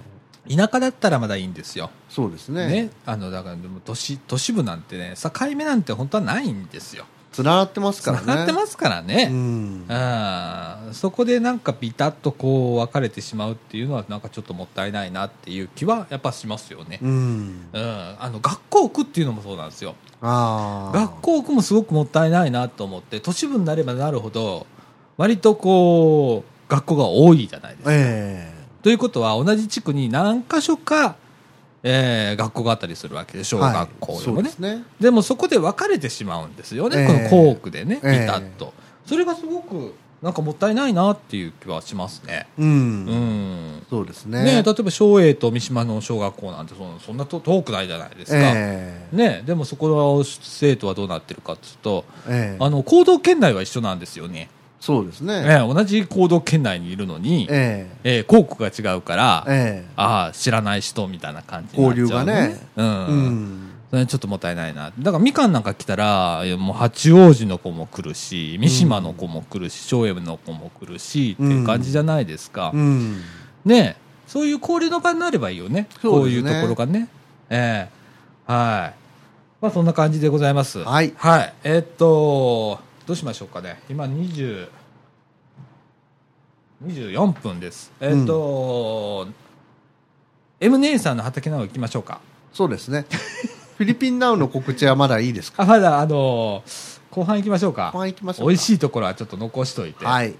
Speaker 1: 田舎だったらまだいいんですよ。
Speaker 2: そうですね。
Speaker 1: ね。あの、だからでも都市、都市部なんてね、境目なんて本当はないんですよ。
Speaker 2: つながってますからね。
Speaker 1: 繋がってますから
Speaker 2: う
Speaker 1: ね。
Speaker 2: ん
Speaker 1: うん、そこでなんかビタッとこう分かれてしまうっていうのはなんかちょっともったいないなっていう気はやっぱしますよね。
Speaker 2: うん
Speaker 1: うん、あの学校区っていうのもそうなんですよ。
Speaker 2: ああ
Speaker 1: 学校区もすごくもったいないなと思って都市部になればなるほど割とこう学校が多いじゃないですか。
Speaker 2: え
Speaker 1: ということは同じ地区に何箇所か、えー学校があったりするわけで
Speaker 2: え
Speaker 1: 小学校
Speaker 2: はい
Speaker 1: で
Speaker 2: そ
Speaker 1: も
Speaker 2: う
Speaker 1: ね
Speaker 2: で、すね
Speaker 1: でもそこで分かれてしまうんですよね、
Speaker 2: ええ
Speaker 1: この校区でねピタ
Speaker 2: ええ
Speaker 1: ッと、それがすごくなんかもったいないなっていう気はしますね。
Speaker 2: う
Speaker 1: うんん
Speaker 2: そうですね
Speaker 1: ねえ例えば松栄と三島の小学校なんてそんなそんなと遠くないじゃないですか、
Speaker 2: ええ
Speaker 1: ね、でもそこの生徒はどうなってるかっていうと、
Speaker 2: ええ
Speaker 1: あの行動圏内は一緒なんですよね、
Speaker 2: そうですね
Speaker 1: ええ同じ行動圏内にいるのに、え
Speaker 2: え
Speaker 1: え校区が違うから、
Speaker 2: えええ
Speaker 1: ああ、知らない人みたいな感じになっちゃうの
Speaker 2: 交流がね
Speaker 1: うん、
Speaker 2: うん
Speaker 1: それちょっともったいないな、だからみかんなんか来たら、いやもう八王子の子も来るし、三島の子も来るし、松江の子も来るしっていう感じじゃないですか。
Speaker 2: うん
Speaker 1: ねえそういう交流の場になればいいよね。
Speaker 2: そ
Speaker 1: こ
Speaker 2: う
Speaker 1: う
Speaker 2: です
Speaker 1: い
Speaker 2: ね
Speaker 1: うところがね。ええはい。まあそんな感じでございます。
Speaker 2: はい
Speaker 1: はい。えーっと、どうしましょうかね。今20、24分です。えーっと、M 姉さんの畑など行きましょうか。
Speaker 2: そうですね。フィリピンナウの告知はまだいいですか
Speaker 1: あ、まだ、あのー後半行きましょうか。
Speaker 2: 後半行きましょうか
Speaker 1: 美味しいところはちょっと残しといて。
Speaker 2: はい。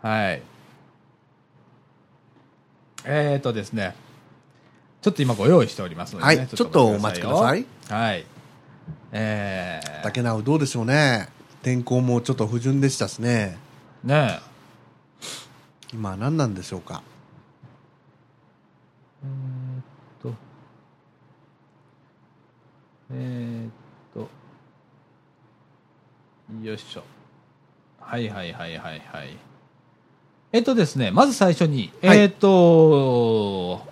Speaker 1: はい。えーとですね、ちょっと今ご用意しておりますので、ね
Speaker 2: はいちょっとお待ち
Speaker 1: よはい。えー、
Speaker 2: 竹直どうでしょうね。天候もちょっと不順でしたしね。
Speaker 1: ね
Speaker 2: 今は何なんでしょうか。
Speaker 1: え。うーんと、えーっと、よいしょ。はいはいはいはいはい。えっとですね、まず最初に、
Speaker 2: はい
Speaker 1: えーっと、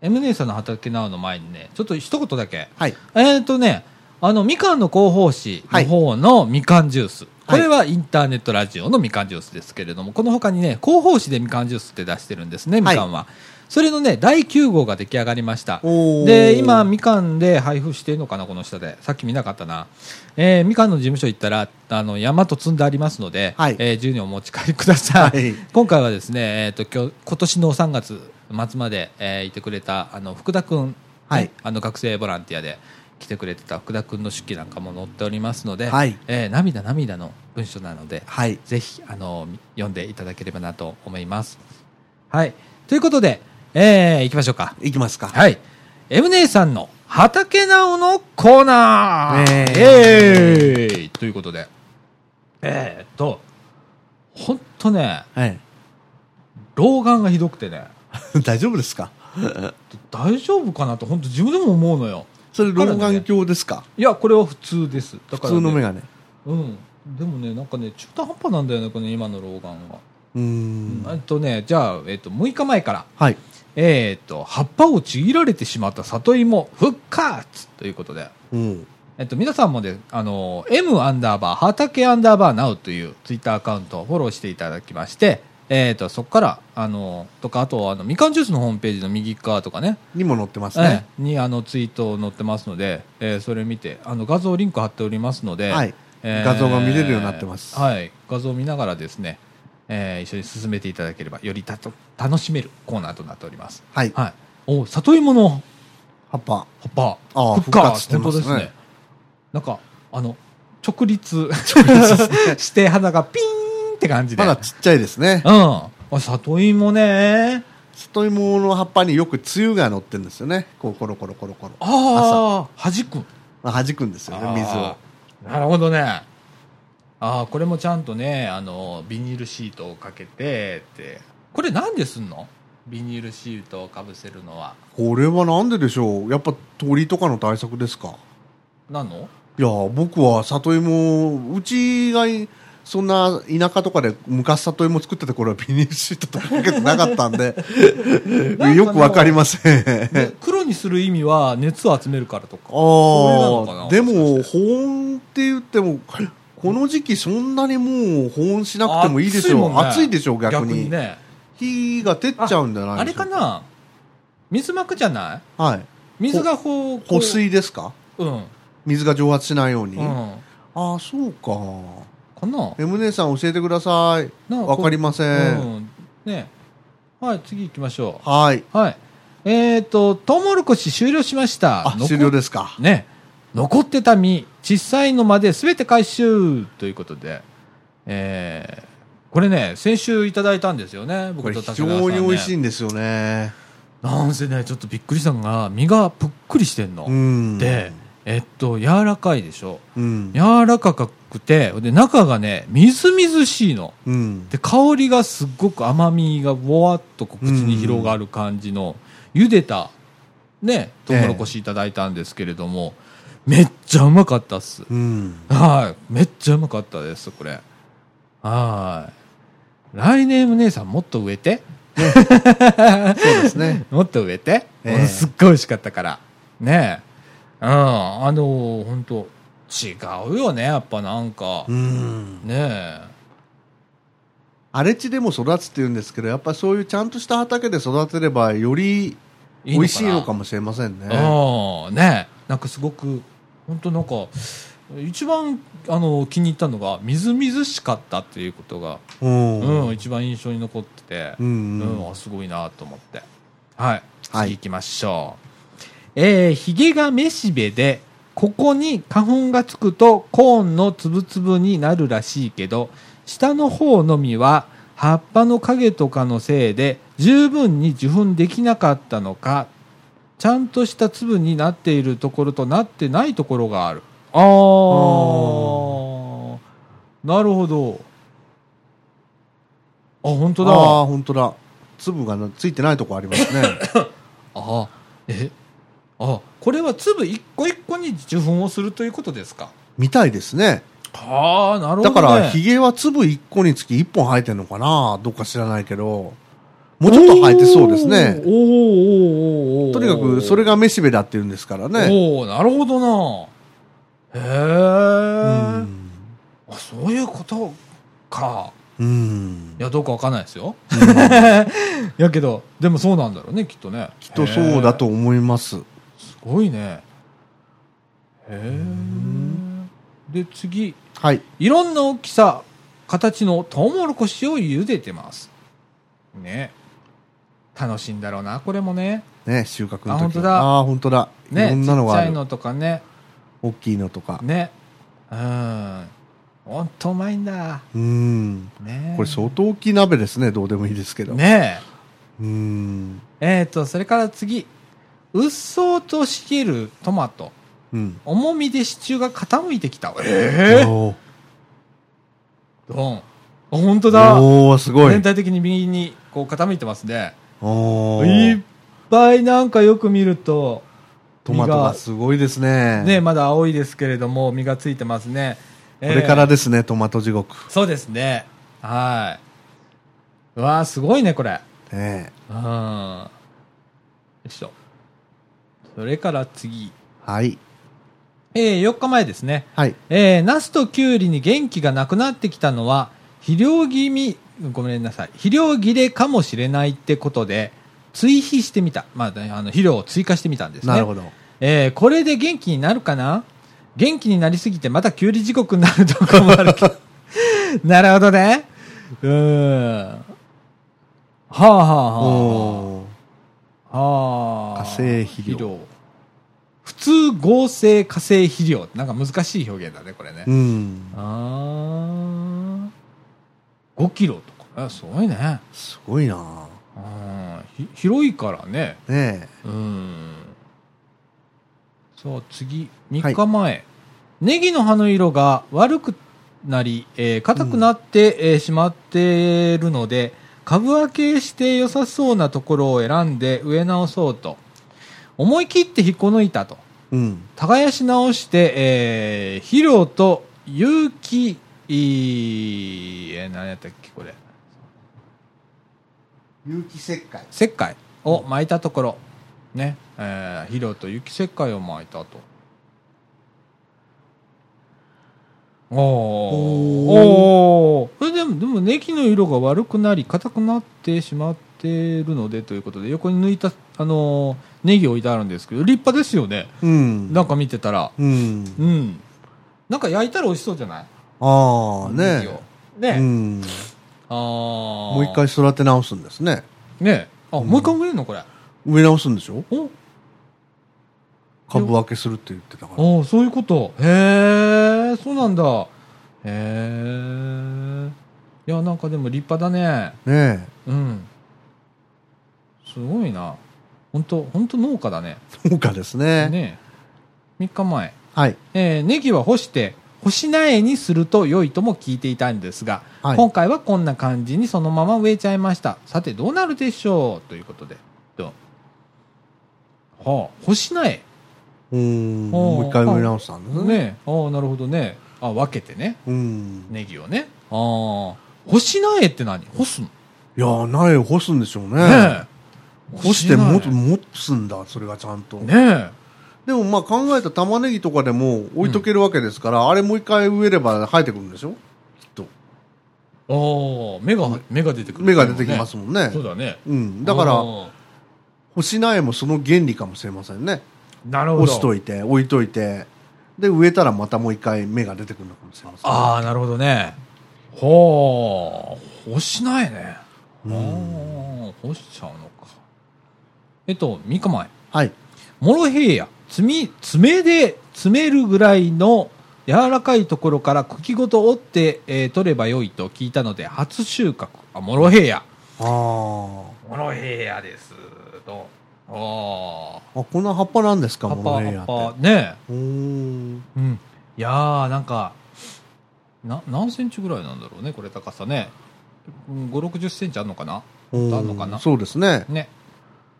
Speaker 1: M 姉さんの畑なおの前にね、ちょっと一言だけ、
Speaker 2: はい。
Speaker 1: えっ、とね、あの、みかんの広報誌の方のみかんジュース。これはインターネットラジオのみかんジュースですけれども、この他にね、広報誌でみかんジュースって出してるんですね、みかんは。それのね、第9号が出来上がりました。
Speaker 2: おー
Speaker 1: で、今、みかんで配布してるのかな、この下で。さっき見なかったな。えーみかんの事務所行ったら、あの、山と積んでありますので、
Speaker 2: はい
Speaker 1: えー自由にお持ち帰りください。
Speaker 2: はい
Speaker 1: 今回はですね、えっ、と、今日、今年の3月末まで、えーいてくれた、あの、福田くん、
Speaker 2: はい
Speaker 1: あの学生ボランティアで来てくれてた福田君の手記なんかも載っておりますので、
Speaker 2: はい
Speaker 1: えー涙涙の文章なので、
Speaker 2: はい。
Speaker 1: ぜひあのみ読んでいただければなと思います。はい、ということで、えー、いきましょうか。
Speaker 2: いきますか。
Speaker 1: はい、M 姉さんの畑直のコーナー、
Speaker 2: えー
Speaker 1: イエーイということで、えー、っと、本当ね、
Speaker 2: はい。 *laughs*
Speaker 1: 老眼がひどくてね、
Speaker 2: 大丈夫ですか
Speaker 1: 大丈夫かなと本当自分でも思うのよ。
Speaker 2: それ老眼鏡ですか
Speaker 1: いや、これは普通です。だか
Speaker 2: 普
Speaker 1: らね
Speaker 2: 通の眼鏡。
Speaker 1: うん。でもね、なんかね、中途半端なんだよね、この今の老眼は。
Speaker 2: うーん。
Speaker 1: えっとね、じゃあ、えっと、6日前から、
Speaker 2: はい。
Speaker 1: えっと、葉っぱをちぎられてしまった里芋、復活ということで、
Speaker 2: うん。
Speaker 1: えっと、皆さんもね、あの、M アンダーバー、畑アンダーバーナウというツイッターアカウントをフォローしていただきまして、えっと、そこから、あの、とか、あと、あの、みかんジュースのホームページの右側とかね、
Speaker 2: にも載ってます
Speaker 1: え
Speaker 2: ね。
Speaker 1: えにあのツイートを載ってますので、えーそれ見てあの画像リンク貼っておりますので、
Speaker 2: はい画像が見れるようになってます
Speaker 1: はい、画像を見ながらですね、えー一緒に進めていただければよりたと楽しめるコーナーとなっております、
Speaker 2: はい。
Speaker 1: はい、お里芋の
Speaker 2: 葉っぱ。
Speaker 1: 葉っぱ
Speaker 2: ああ
Speaker 1: 復活
Speaker 2: 復活してますね
Speaker 1: 本当ですねなんかあの直立
Speaker 2: *laughs*
Speaker 1: して花がピーンって感じで
Speaker 2: まだちっちゃいですね。
Speaker 1: うんあ里芋ね
Speaker 2: 里芋の葉っぱによく梅雨が乗ってるんですよね。こう、コロコロコロコロ。
Speaker 1: ああ弾く
Speaker 2: まあ弾くんですよね、水を
Speaker 1: あ。ーなるほどねああこれもちゃんとねあのビニールシートをかけてってこれなんですんのビニールシートをかぶせるのは
Speaker 2: これはなんででしょうやっぱ鳥とかの対策ですか
Speaker 1: なの
Speaker 2: いやー僕は里芋うちがいそんな田舎とかで昔里芋作ってた頃はビニールシートとかかけてなかったん *laughs* で
Speaker 1: かね
Speaker 2: よくわかりません
Speaker 1: で黒にする意味は熱を集めるからとか
Speaker 2: あ
Speaker 1: れなのか
Speaker 2: あ
Speaker 1: な
Speaker 2: で
Speaker 1: も
Speaker 2: も
Speaker 1: しか
Speaker 2: 保温って言ってもこの時期そんなにもう保温しなくてもいいでしょう暑い,、
Speaker 1: もんね
Speaker 2: でしょう逆に
Speaker 1: ね
Speaker 2: 火が照っちゃうんじゃない
Speaker 1: あれ
Speaker 2: でしょ
Speaker 1: か
Speaker 2: う
Speaker 1: な水膜じゃない
Speaker 2: はい
Speaker 1: 水がこうこう
Speaker 2: 保水ですか
Speaker 1: うん
Speaker 2: 水が蒸発しないように、
Speaker 1: うん
Speaker 2: あ
Speaker 1: か
Speaker 2: あそうか
Speaker 1: な
Speaker 2: M 姉さん教えてください
Speaker 1: な
Speaker 2: わかりま
Speaker 1: う
Speaker 2: せん、
Speaker 1: んねはい次行きましょ
Speaker 2: はいう
Speaker 1: はいえっ、とトウモロコシ終了しました
Speaker 2: あ
Speaker 1: 残っ
Speaker 2: 終了ですか
Speaker 1: ね、残ってた実、小さいのまで全て回収ということで、えーこれね、先週いただいたんですよね、
Speaker 2: こ
Speaker 1: 僕
Speaker 2: れ
Speaker 1: と
Speaker 2: 非
Speaker 1: 竹川さん、
Speaker 2: 常
Speaker 1: ね。
Speaker 2: に美味しい
Speaker 1: い。
Speaker 2: んですよね
Speaker 1: なんせね、ちょっとびっくりしたのが、身がぷっくりしてんの。
Speaker 2: うん
Speaker 1: で、えっと、柔らかいでしょ。
Speaker 2: うん
Speaker 1: 柔らかくて、で、中がね、みずみずしいの。
Speaker 2: うん
Speaker 1: で、香りがすっごく甘みがぼわっとこう口に広がる感じの、茹でた、ね、トウモロコシいただいたんですけれども、めっちゃうまかったっす。
Speaker 2: うん
Speaker 1: はい。めっちゃうまかったです、これ。はい。来年も姉さんもっと植えて。
Speaker 2: そうで
Speaker 1: *laughs*
Speaker 2: すね
Speaker 1: もっと植えて。
Speaker 2: ええ
Speaker 1: すっごい美味しかったから。ねえ。うん。あのー、本当違うよね、やっぱなんか。
Speaker 2: うん
Speaker 1: ねえ。
Speaker 2: 荒れ地でも育つっていうんですけどやっぱりそういうちゃんとした畑で育てればより美味しいのかもしれませんね。
Speaker 1: ああねなんかすごく本当なんか一番あの気に入ったのがみずみずしかったっていうことが、
Speaker 2: うん
Speaker 1: うん一番印象に残ってて、
Speaker 2: うんうん
Speaker 1: うんあすごいなと思ってはい
Speaker 2: はい
Speaker 1: 次行きましょう、えー、ヒゲがめしべでここに花粉がつくとコーンのつぶつぶになるらしいけど下の方の実は葉っぱの影とかのせいで十分に受粉できなかったのかちゃんとした粒になっているところとなってないところがあるあー
Speaker 2: ー
Speaker 1: なるほどあ本当だ
Speaker 2: ああ本当だ粒がなついてないとこありますね
Speaker 1: *laughs* あえあこれは粒一個一個に受粉をするということですか
Speaker 2: みたいですね
Speaker 1: ああなるほど、
Speaker 2: だ
Speaker 1: ね、
Speaker 2: からヒゲは粒1個につき1本生えてるのかなどっか知らないけどもうちょっと生えてそうです
Speaker 1: おーおーおーお
Speaker 2: ね
Speaker 1: ーおー
Speaker 2: とにかくそれがめしべだっていうんですからね
Speaker 1: おおなるほどなへえ、
Speaker 2: うん
Speaker 1: あそういうことか
Speaker 2: うん
Speaker 1: いやどうかわかんないですよやけどでもそうなんだろうねきっとねき
Speaker 2: きっとそうだと思います
Speaker 1: すごいねへえで次
Speaker 2: はい
Speaker 1: いろんな大きさ、形のトウモロコシを茹でてます。ね。楽しいんだろうな、これもね。
Speaker 2: ね収穫の時
Speaker 1: あ本当だ
Speaker 2: あー本当だい
Speaker 1: ね。
Speaker 2: ろんなのが
Speaker 1: ちっち
Speaker 2: あ
Speaker 1: ゃい
Speaker 2: る
Speaker 1: のとかね。
Speaker 2: 大きいのとか
Speaker 1: ね。うん。ほんとうまいんだ。
Speaker 2: うん
Speaker 1: ね。
Speaker 2: これ相当大きい鍋ですねどうでもいいですけど
Speaker 1: ね
Speaker 2: うん
Speaker 1: え。えっ、と、それから次。うっそうとしげるトマト。
Speaker 2: うん
Speaker 1: 重みで支柱が傾いてきた。え
Speaker 2: おー
Speaker 1: えドン。あ、ほんとだ。
Speaker 2: おーすごい
Speaker 1: 全体的に右にこう傾いてますね。
Speaker 2: おー
Speaker 1: いっぱいなんかよく見ると、
Speaker 2: トマトがすごいですね。
Speaker 1: ね、まだ青いですけれども、実がついてますね。
Speaker 2: これから
Speaker 1: え
Speaker 2: ですね、トマト地獄。
Speaker 1: ーそうですね。はい。うわー、すごいね、これ。
Speaker 2: ね
Speaker 1: うん。よいしょ。それから次。
Speaker 2: はい。
Speaker 1: えー、4日前ですね。
Speaker 2: はい。
Speaker 1: えー、ナスとキュウリに元気がなくなってきたのは、肥料気味、ごめんなさい、肥料切れかもしれないってことで、追肥してみた。まあ、ね、あの肥料を追加してみたんですね。
Speaker 2: なるほど。
Speaker 1: えーこれで元気になるかな元気になりすぎてまたキュウリ地獄になるとこもあるけど。 *laughs* なるほどね。うーん。はあはあは
Speaker 2: おー
Speaker 1: あ。はあ。
Speaker 2: 化成肥料
Speaker 1: 普通合成化成肥料。なんか難しい表現だね、これね。
Speaker 2: うん。
Speaker 1: ああ。5キロとか。あすごいね。
Speaker 2: すごいな
Speaker 1: うんひ広いからね。
Speaker 2: ね
Speaker 1: うーんさあ次3日前、ネギの葉の色が悪くなり、えー硬くなって、えーしまっているので株分けして良さそうなところを選んで植え直そうと思い切って引っこ抜いたと
Speaker 2: うん。
Speaker 1: 耕し直して、えー肥料と有機いいえー何やったっけこれ
Speaker 2: 有機石灰。
Speaker 1: 石灰を巻いたところ、ね、えー、肥料と雪石灰を巻いたと。おーおーそれでも、でも、ネギの色が悪くなり、硬くなってしまっているので、ということで、横に抜いた、あのーネギ置いてあるんですけど、立派ですよね。
Speaker 2: うん。
Speaker 1: なんか見てたら。
Speaker 2: うん。
Speaker 1: うん。なんか焼いたら美味しそうじゃない
Speaker 2: ああ、
Speaker 1: ネギ
Speaker 2: ね
Speaker 1: をね、
Speaker 2: うん。
Speaker 1: あも
Speaker 2: もう一回。育て直すんですね。
Speaker 1: ねあ、もう一回植えるのこれ。
Speaker 2: 植え直すんでしょ
Speaker 1: お
Speaker 2: 株分けするって言ってたから。
Speaker 1: ああそういうことへえそうなんだへえいやなんかでも立派だね
Speaker 2: ね
Speaker 1: うんすごいな本当本当農家だね
Speaker 2: え。農家ですね。
Speaker 1: ね3日前、
Speaker 2: はい。
Speaker 1: えーネギは干して干し苗にすると良いとも聞いていたんですが、
Speaker 2: はい
Speaker 1: 今回はこんな感じにそのまま植えちゃいましたさてどうなるでしょうということでどうはあ干し苗
Speaker 2: うん。もう一回植え直したんですね。
Speaker 1: ねああなるほどねあ分けてね
Speaker 2: うん。
Speaker 1: ネギをねああ干し苗って何干すの
Speaker 2: いやー、苗を干すんでしょうね。
Speaker 1: ねえ
Speaker 2: 干しても
Speaker 1: ね
Speaker 2: 持つんだ、それがちゃんと。
Speaker 1: え
Speaker 2: でもまあ考えた玉ねぎとかでも置いとけるわけですから、あれもう一回植えれば生えてくるんでしょきっと。
Speaker 1: おー芽が芽が出てくる
Speaker 2: 芽が出てきますもんね
Speaker 1: そうだね
Speaker 2: うん、だから
Speaker 1: おー
Speaker 2: 干し苗もその原理かもしれませんね
Speaker 1: なるほど
Speaker 2: 干しといて置いといてで植えたらまたもう一回芽が出てくるのかもしれませんね
Speaker 1: ああなるほどねほう干しないねああ干しちゃうのかえっと3日前
Speaker 2: はい
Speaker 1: モロヘイヤ爪爪で詰めるぐらいの柔らかいところから茎ごと折って、えー取れば良いと聞いたので初収穫あモロヘイヤ
Speaker 2: あ
Speaker 1: モロヘイヤですとあ
Speaker 2: ああこんな葉っぱなんです
Speaker 1: あ
Speaker 2: か
Speaker 1: 葉
Speaker 2: モ
Speaker 1: っ
Speaker 2: ロ
Speaker 1: ぱ
Speaker 2: ヘイヤって
Speaker 1: 葉っぱね
Speaker 2: うーん
Speaker 1: うんいやーなんかな何センチぐらいなんだろうねこれ高さね5 6 0センチあるのかな
Speaker 2: うーん
Speaker 1: あんのかな
Speaker 2: そうですね
Speaker 1: ね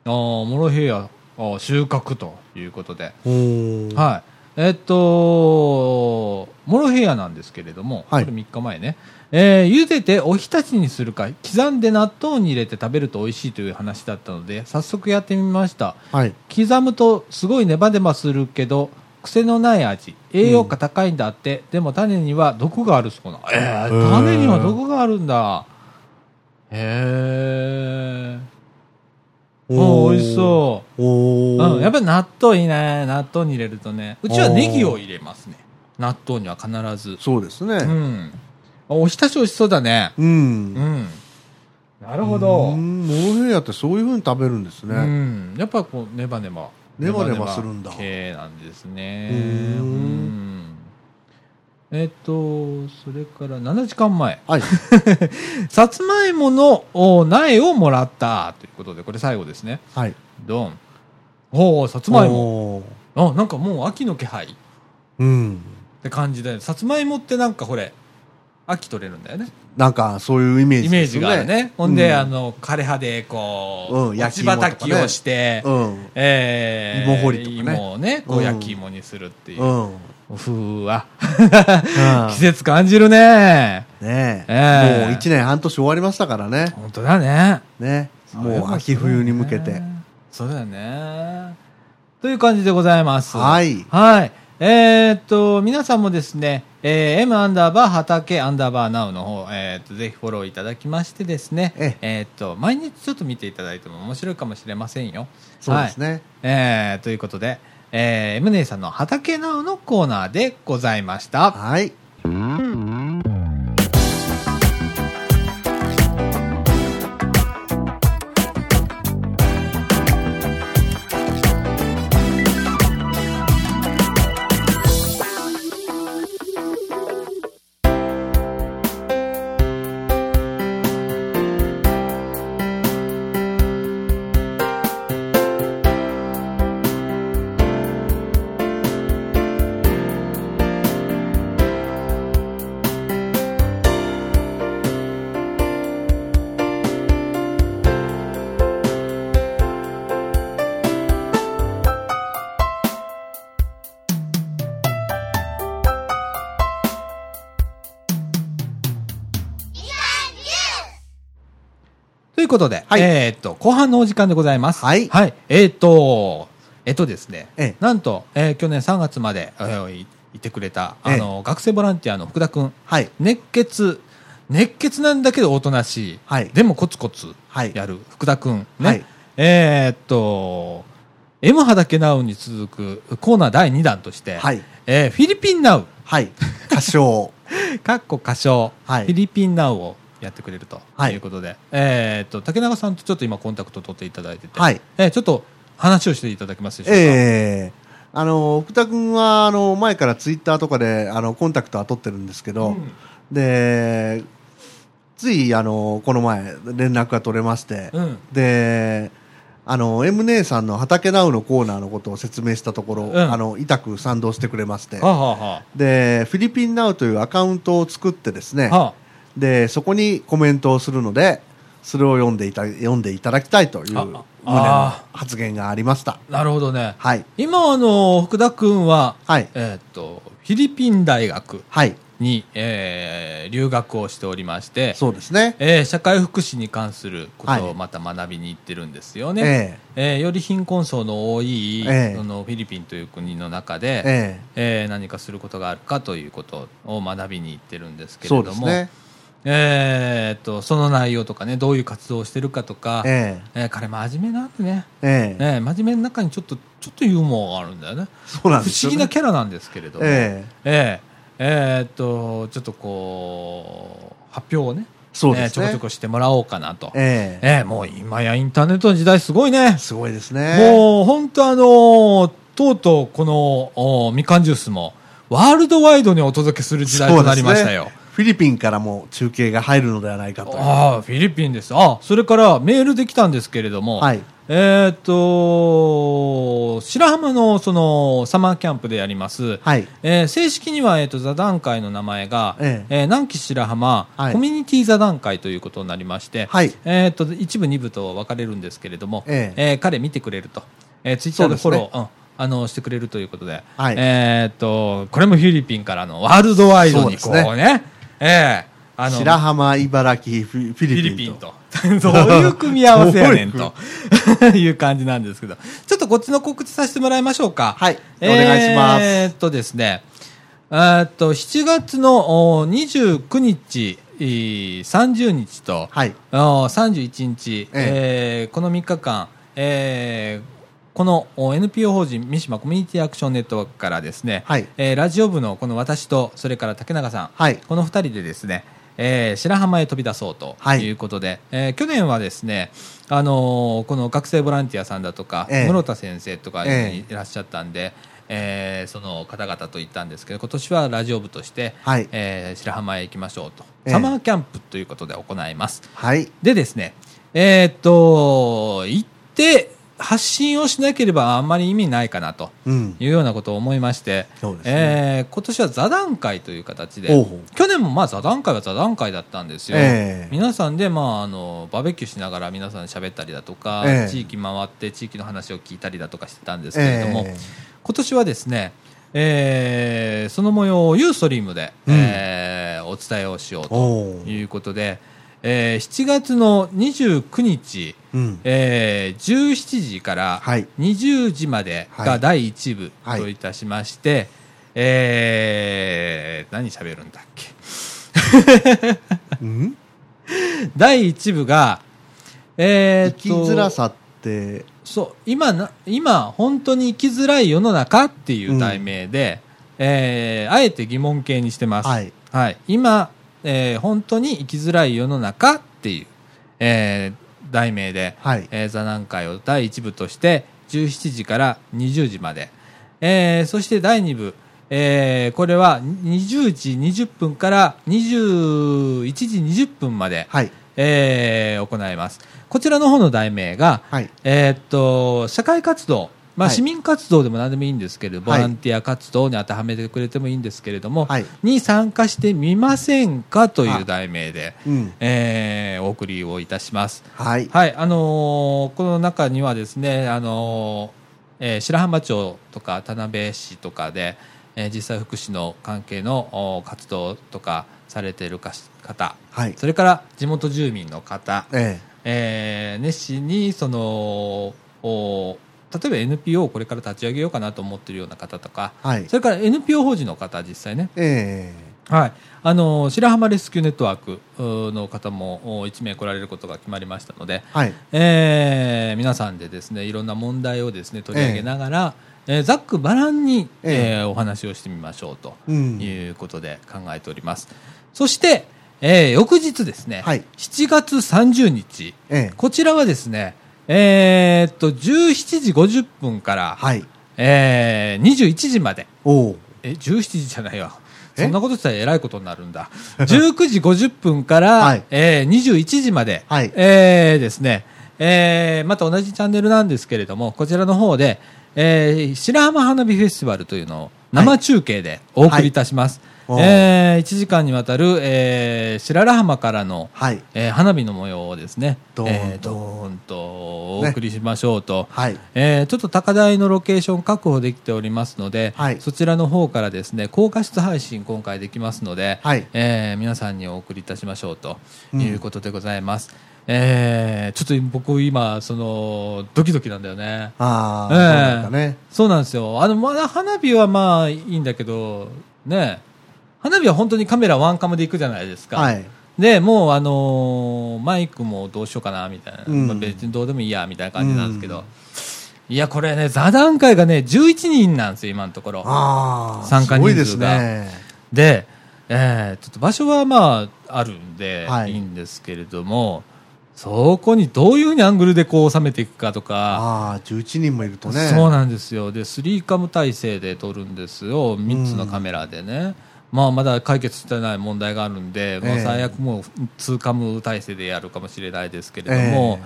Speaker 1: ああモロヘイヤあー収穫ということで
Speaker 2: うーん
Speaker 1: はい。えっと、モロヘイヤなんですけれども、
Speaker 2: はい
Speaker 1: これ3日前ね、えー茹でておひたしにするか、刻んで納豆に入れて食べると美味しいという話だったので、早速やってみました。
Speaker 2: はい
Speaker 1: 刻むとすごいネバネバするけど、癖のない味。栄養価高いんだって、でも種には毒があるそうな。えー、種には毒があるんだ。へえ。おー美味しそう。
Speaker 2: うおー
Speaker 1: うん、やっぱり納豆いいね納豆に入れるとねうちはネギを入れますね納豆には必ず
Speaker 2: そうです
Speaker 1: う
Speaker 2: ね
Speaker 1: んあおひたし美味しそうだね
Speaker 2: うん、
Speaker 1: う
Speaker 2: なん
Speaker 1: なるほど
Speaker 2: モ
Speaker 1: う
Speaker 2: ロ
Speaker 1: ん、
Speaker 2: ヘイヤってそういうふうに食べるんですね、
Speaker 1: やっぱこうネバネバ
Speaker 2: ネバネバするんだ
Speaker 1: 系なんですね
Speaker 2: へー
Speaker 1: うんえっとそれから7時間前
Speaker 2: はい
Speaker 1: さつまいものお苗をもらったということでこれ最後ですね
Speaker 2: はい
Speaker 1: ドンおおさ *laughs* つまいも
Speaker 2: も
Speaker 1: あなんかもう秋の気配
Speaker 2: うん
Speaker 1: って感じでさつまいもってなんかこれ秋取れるんだよね
Speaker 2: なんかそういうイメージ
Speaker 1: イメージがあるねほんで、
Speaker 2: うん
Speaker 1: あの枯葉でこう、
Speaker 2: うん
Speaker 1: 焼
Speaker 2: 焼
Speaker 1: き
Speaker 2: き芋とかね
Speaker 1: 畑をして、
Speaker 2: うん
Speaker 1: えー、
Speaker 2: 芋掘りとかね
Speaker 1: 芋をねこう
Speaker 2: うん
Speaker 1: 焼き芋にするっていうう、
Speaker 2: ん、うん、
Speaker 1: ふうわ *laughs* 季
Speaker 2: ね
Speaker 1: 節感じるね
Speaker 2: え、
Speaker 1: ええ
Speaker 2: もう1年半年終わりましたからね
Speaker 1: 本当だね
Speaker 2: ねもう秋冬に向けて
Speaker 1: そうだよねという感じでございます
Speaker 2: はい
Speaker 1: はい。えーっと、皆さんもですね、えー m アンダーバー畑アンダーバーナウの方、えーっと、ぜひフォローいただきましてですね、
Speaker 2: え
Speaker 1: えーっと、毎日ちょっと見ていただいても面白いかもしれませんよ。
Speaker 2: そうですね、
Speaker 1: はい、えーということで、えー、M 姉さんの畑ナウのコーナーでございました。
Speaker 2: はい。
Speaker 1: ということで、
Speaker 2: はい
Speaker 1: えーっと、後半のお時間でございます。
Speaker 2: はい
Speaker 1: えーっと、えっとですね、
Speaker 2: ええ
Speaker 1: なんと、えー去年3月まで、えーいいてくれた、あの、学生ボランティアの福田くん。
Speaker 2: はい。
Speaker 1: 熱血熱血なんだけどおとなしい、
Speaker 2: はい
Speaker 1: でもコツコツ
Speaker 2: はい
Speaker 1: やる福田君、ね
Speaker 2: はい
Speaker 1: えーっと「M 畑ナウ」に続くコーナー第2弾として「
Speaker 2: はい
Speaker 1: えーフィリピンナウ
Speaker 2: はい。歌
Speaker 1: *laughs*
Speaker 2: 唱。」
Speaker 1: かっこ歌唱、
Speaker 2: はい
Speaker 1: フィリピンナウ」をやってくれると
Speaker 2: はい
Speaker 1: いうことで、えーっと竹中さんとちょっと今コンタクト取っていただいてて、
Speaker 2: はい
Speaker 1: えーちょっと話をしていただけますでしょうか、
Speaker 2: ええあの、福田君は、あの、前からツイッターとかで、あの、コンタクトは取ってるんですけど、
Speaker 1: うん
Speaker 2: で、つい、あの、この前、連絡が取れまして、
Speaker 1: うん
Speaker 2: で、あの、M 姉さんの畑ナウのコーナーのことを説明したところ、
Speaker 1: ん
Speaker 2: あの、痛く賛同してくれまして、
Speaker 1: はあ、はあは
Speaker 2: で、フィリピンナウというアカウントを作ってですね、
Speaker 1: あはあ
Speaker 2: でそこにコメントをするのでそれを読んでいた読んでいただきたいという
Speaker 1: あ
Speaker 2: 旨の
Speaker 1: あ
Speaker 2: 発言がありました
Speaker 1: なるほどね
Speaker 2: はい
Speaker 1: 今あの福田君は、
Speaker 2: はい
Speaker 1: えーっとフィリピン大学
Speaker 2: はい
Speaker 1: に、えー留学をしておりまして、
Speaker 2: そうですね
Speaker 1: えー社会福祉に関するこ
Speaker 2: は
Speaker 1: とを
Speaker 2: い
Speaker 1: また学びに行ってるんですよね。えーより貧困層の多い、
Speaker 2: ええ
Speaker 1: そのフィリピンという国の中で、え
Speaker 2: ええ
Speaker 1: ー何かすることがあるかということを学びに行ってるんですけ
Speaker 2: そ
Speaker 1: れ
Speaker 2: うで
Speaker 1: ど
Speaker 2: す
Speaker 1: も、
Speaker 2: ね
Speaker 1: えーっとその内容とかねどういう活動をしてるかとか、え
Speaker 2: え
Speaker 1: ー彼真面目なんでね、
Speaker 2: えええ
Speaker 1: えー真面目の中にちょっとちょっとユーモアがあるんだよね
Speaker 2: そうなん
Speaker 1: 不
Speaker 2: です
Speaker 1: 思
Speaker 2: よ、
Speaker 1: 議
Speaker 2: ね、
Speaker 1: なキャラなんですけれども、
Speaker 2: ええ
Speaker 1: えええーっとちょっとこう発表をね
Speaker 2: そうです
Speaker 1: え
Speaker 2: ね
Speaker 1: ーちょこちょこしてもらおうかなと、え
Speaker 2: ええ
Speaker 1: えもう今やインターネットの時代すごいね、
Speaker 2: すごいですね
Speaker 1: もう本当あのーとうとうこのおみかんジュースもワールドワイドにお届けする時代となりましたよ、
Speaker 2: そうですねフィリピンからも中継が入るのではないかという
Speaker 1: ああフィリピンですあそれからメールできたんですけれども、
Speaker 2: はい
Speaker 1: えーっと白浜のそのサマーキャンプでやります、
Speaker 2: はい
Speaker 1: えー正式には、えー、と座談会の名前が、
Speaker 2: え
Speaker 1: えー南紀白浜、
Speaker 2: はい
Speaker 1: コミュニティ座談会ということになりまして、
Speaker 2: はい
Speaker 1: えー、と一部、二部と分かれるんですけれども、
Speaker 2: ええ
Speaker 1: ー彼見てくれると、えー、ツイッターでフォロー
Speaker 2: そうで。
Speaker 1: うんあのしてくれるということで、
Speaker 2: はい
Speaker 1: えーっとこれもフィリピンからのワールドワイドにこうね
Speaker 2: そう
Speaker 1: ええあの
Speaker 2: 白浜茨城フィフ
Speaker 1: フィ
Speaker 2: ィ
Speaker 1: リ
Speaker 2: リ
Speaker 1: ピ
Speaker 2: ピ
Speaker 1: ン
Speaker 2: ンと
Speaker 1: と。 *laughs* どういう組み合わせやねんと *laughs* いう感じなんですけど、ちょっとこっちの告知させてもらいましょうか。
Speaker 2: はいお願いします
Speaker 1: えーっとですね、えーっと、7月のおー29日、えー30日と、
Speaker 2: はい
Speaker 1: おー31日、
Speaker 2: え
Speaker 1: えーこの3日間、えーこのお NPO 法人三島コミュニティアクションネットワークからですね、
Speaker 2: はい
Speaker 1: えーラジオ部のこの私とそれから竹中さん、
Speaker 2: はい
Speaker 1: この2人でですね、えー白浜へ飛び出そうと
Speaker 2: はい
Speaker 1: いうことで、えー去年はですね、あのーこの学生ボランティアさんだとか、
Speaker 2: ええ
Speaker 1: 室田先生とか
Speaker 2: え
Speaker 1: いらっしゃったんで、えーその方々と行ったんですけど今年はラジオ部として、
Speaker 2: はい
Speaker 1: えー白浜へ行きましょうと、
Speaker 2: ええ
Speaker 1: サマーキャンプということで行います。
Speaker 2: はい
Speaker 1: でですね、えーっと、行って発信をしなければあんまり意味ないかなと
Speaker 2: うん
Speaker 1: いうようなことを思いまして、
Speaker 2: そうです
Speaker 1: えー今年は座談会という形で
Speaker 2: ほうほう、
Speaker 1: 去年もまあ座談会は座談会だったんですよ。
Speaker 2: ええ
Speaker 1: 皆さんで、まあ、あのバーベキューしながら皆さんで喋ったりだとか、
Speaker 2: ええ
Speaker 1: 地域回って地域の話を聞いたりだとかしてたんですけれども、
Speaker 2: ええ
Speaker 1: 今年はですね、えーその模様をユーストリームで、
Speaker 2: うん
Speaker 1: えーお伝えをしようと
Speaker 2: お
Speaker 1: と
Speaker 2: ー
Speaker 1: いうことで、えー7月の29日、
Speaker 2: うん
Speaker 1: えー17時から
Speaker 2: はい
Speaker 1: 20時まで
Speaker 2: は
Speaker 1: が
Speaker 2: い
Speaker 1: 第1部
Speaker 2: はい
Speaker 1: といたしまして、えー何喋るんだっけ
Speaker 2: うん
Speaker 1: 第1部が、えー
Speaker 2: 生
Speaker 1: っと
Speaker 2: きづらさって
Speaker 1: そう今な今本当に生きづらい世の中っていう題名で、えーあえて疑問形にしてます、
Speaker 2: はい
Speaker 1: 今、えー本当に生きづらい世の中っていう、えー題名で、
Speaker 2: はい
Speaker 1: えー座談会を第1部として17時から20時まで、えーそして第2部、えーこれは20時20分から21時20分まで、
Speaker 2: はい
Speaker 1: えー行いますこちらの方の題名が、
Speaker 2: はい
Speaker 1: えーっと社会活動、まあ、
Speaker 2: はい
Speaker 1: 市民活動でも何でもいいんですけれど、
Speaker 2: はい
Speaker 1: ボランティア活動に当てはめてくれてもいいんですけれども、
Speaker 2: はい
Speaker 1: に参加してみませんかという題名で、
Speaker 2: うん
Speaker 1: えーお送りをいたします。
Speaker 2: はい
Speaker 1: はい、あのーこの中にはですね、あのーえー白浜町とか田辺市とかで、えー実際福祉の関係のお活動とかされているかし方、
Speaker 2: はい
Speaker 1: それから地元住民の方、
Speaker 2: え
Speaker 1: えー熱心にそのお例えば NPO をこれから立ち上げようかなと思っているような方とか、
Speaker 2: えはい
Speaker 1: それから NPO 法人の方実際ね、
Speaker 2: え
Speaker 1: はい、あの白浜レスキューネットワークうーの方もお1名来られることが決まりましたので、
Speaker 2: えはい
Speaker 1: えー皆さんでですねいろんな問題をですね取り上げながら、えーざっくばらんに、え
Speaker 2: ええ
Speaker 1: ーお話をしてみましょうと
Speaker 2: うん
Speaker 1: いうことで考えております、そして、えー翌日ですね、
Speaker 2: はい
Speaker 1: 7月30日
Speaker 2: ええ
Speaker 1: こちらはですねえーっと17時50分から、
Speaker 2: はい
Speaker 1: えー21時まで
Speaker 2: おお
Speaker 1: え17時じゃないわ
Speaker 2: え
Speaker 1: そんなことしたらえらいことになるんだ19時50分から、
Speaker 2: はい
Speaker 1: えー21時まで、
Speaker 2: はい
Speaker 1: えーですね、えーまた同じチャンネルなんですけれどもこちらの方で、えー白浜花火フェスティバルというのを生中継でお送りいたします、
Speaker 2: はいおー
Speaker 1: え1時間にわたる、えー白良浜からの、
Speaker 2: はい
Speaker 1: えー花火の模様をですね
Speaker 2: ドーン
Speaker 1: えードーンとお送りしましょうと、
Speaker 2: はい
Speaker 1: えーちょっと高台のロケーション確保できておりますので、
Speaker 2: はい
Speaker 1: そちらの方からですね高画質配信今回できますので、
Speaker 2: はい
Speaker 1: えー皆さんにお送りいたしましょうということでございます、えーちょっと僕今そのドキドキなんだよね
Speaker 2: ああ、
Speaker 1: ええ
Speaker 2: そうなんだね
Speaker 1: そうなんですよあのまだ花火はまあいいんだけどね花火は本当にカメラワンカムで行くじゃないですか、
Speaker 2: はい
Speaker 1: でもう、あのーマイクもどうしようかなみたいな、
Speaker 2: うん
Speaker 1: まあ別にどうでもいいやみたいな感じなんですけど、いやこれね座談会がね11人なんですよ今のところ
Speaker 2: ああ
Speaker 1: 参加
Speaker 2: すごい
Speaker 1: 人
Speaker 2: です
Speaker 1: 数が
Speaker 2: ね
Speaker 1: で、えーちょっと場所はまああるんで、
Speaker 2: はい
Speaker 1: い、いんですけれどもそこにどういうふうにアングルでこう収めていくかとか。
Speaker 2: ああ11人もいるとね
Speaker 1: そうなんですよで3カム体制で撮るんですよ3つのカメラでね、まあ、まだ解決してない問題があるんで、もう
Speaker 2: ええ
Speaker 1: 最悪もう2カム体制でやるかもしれないですけれども、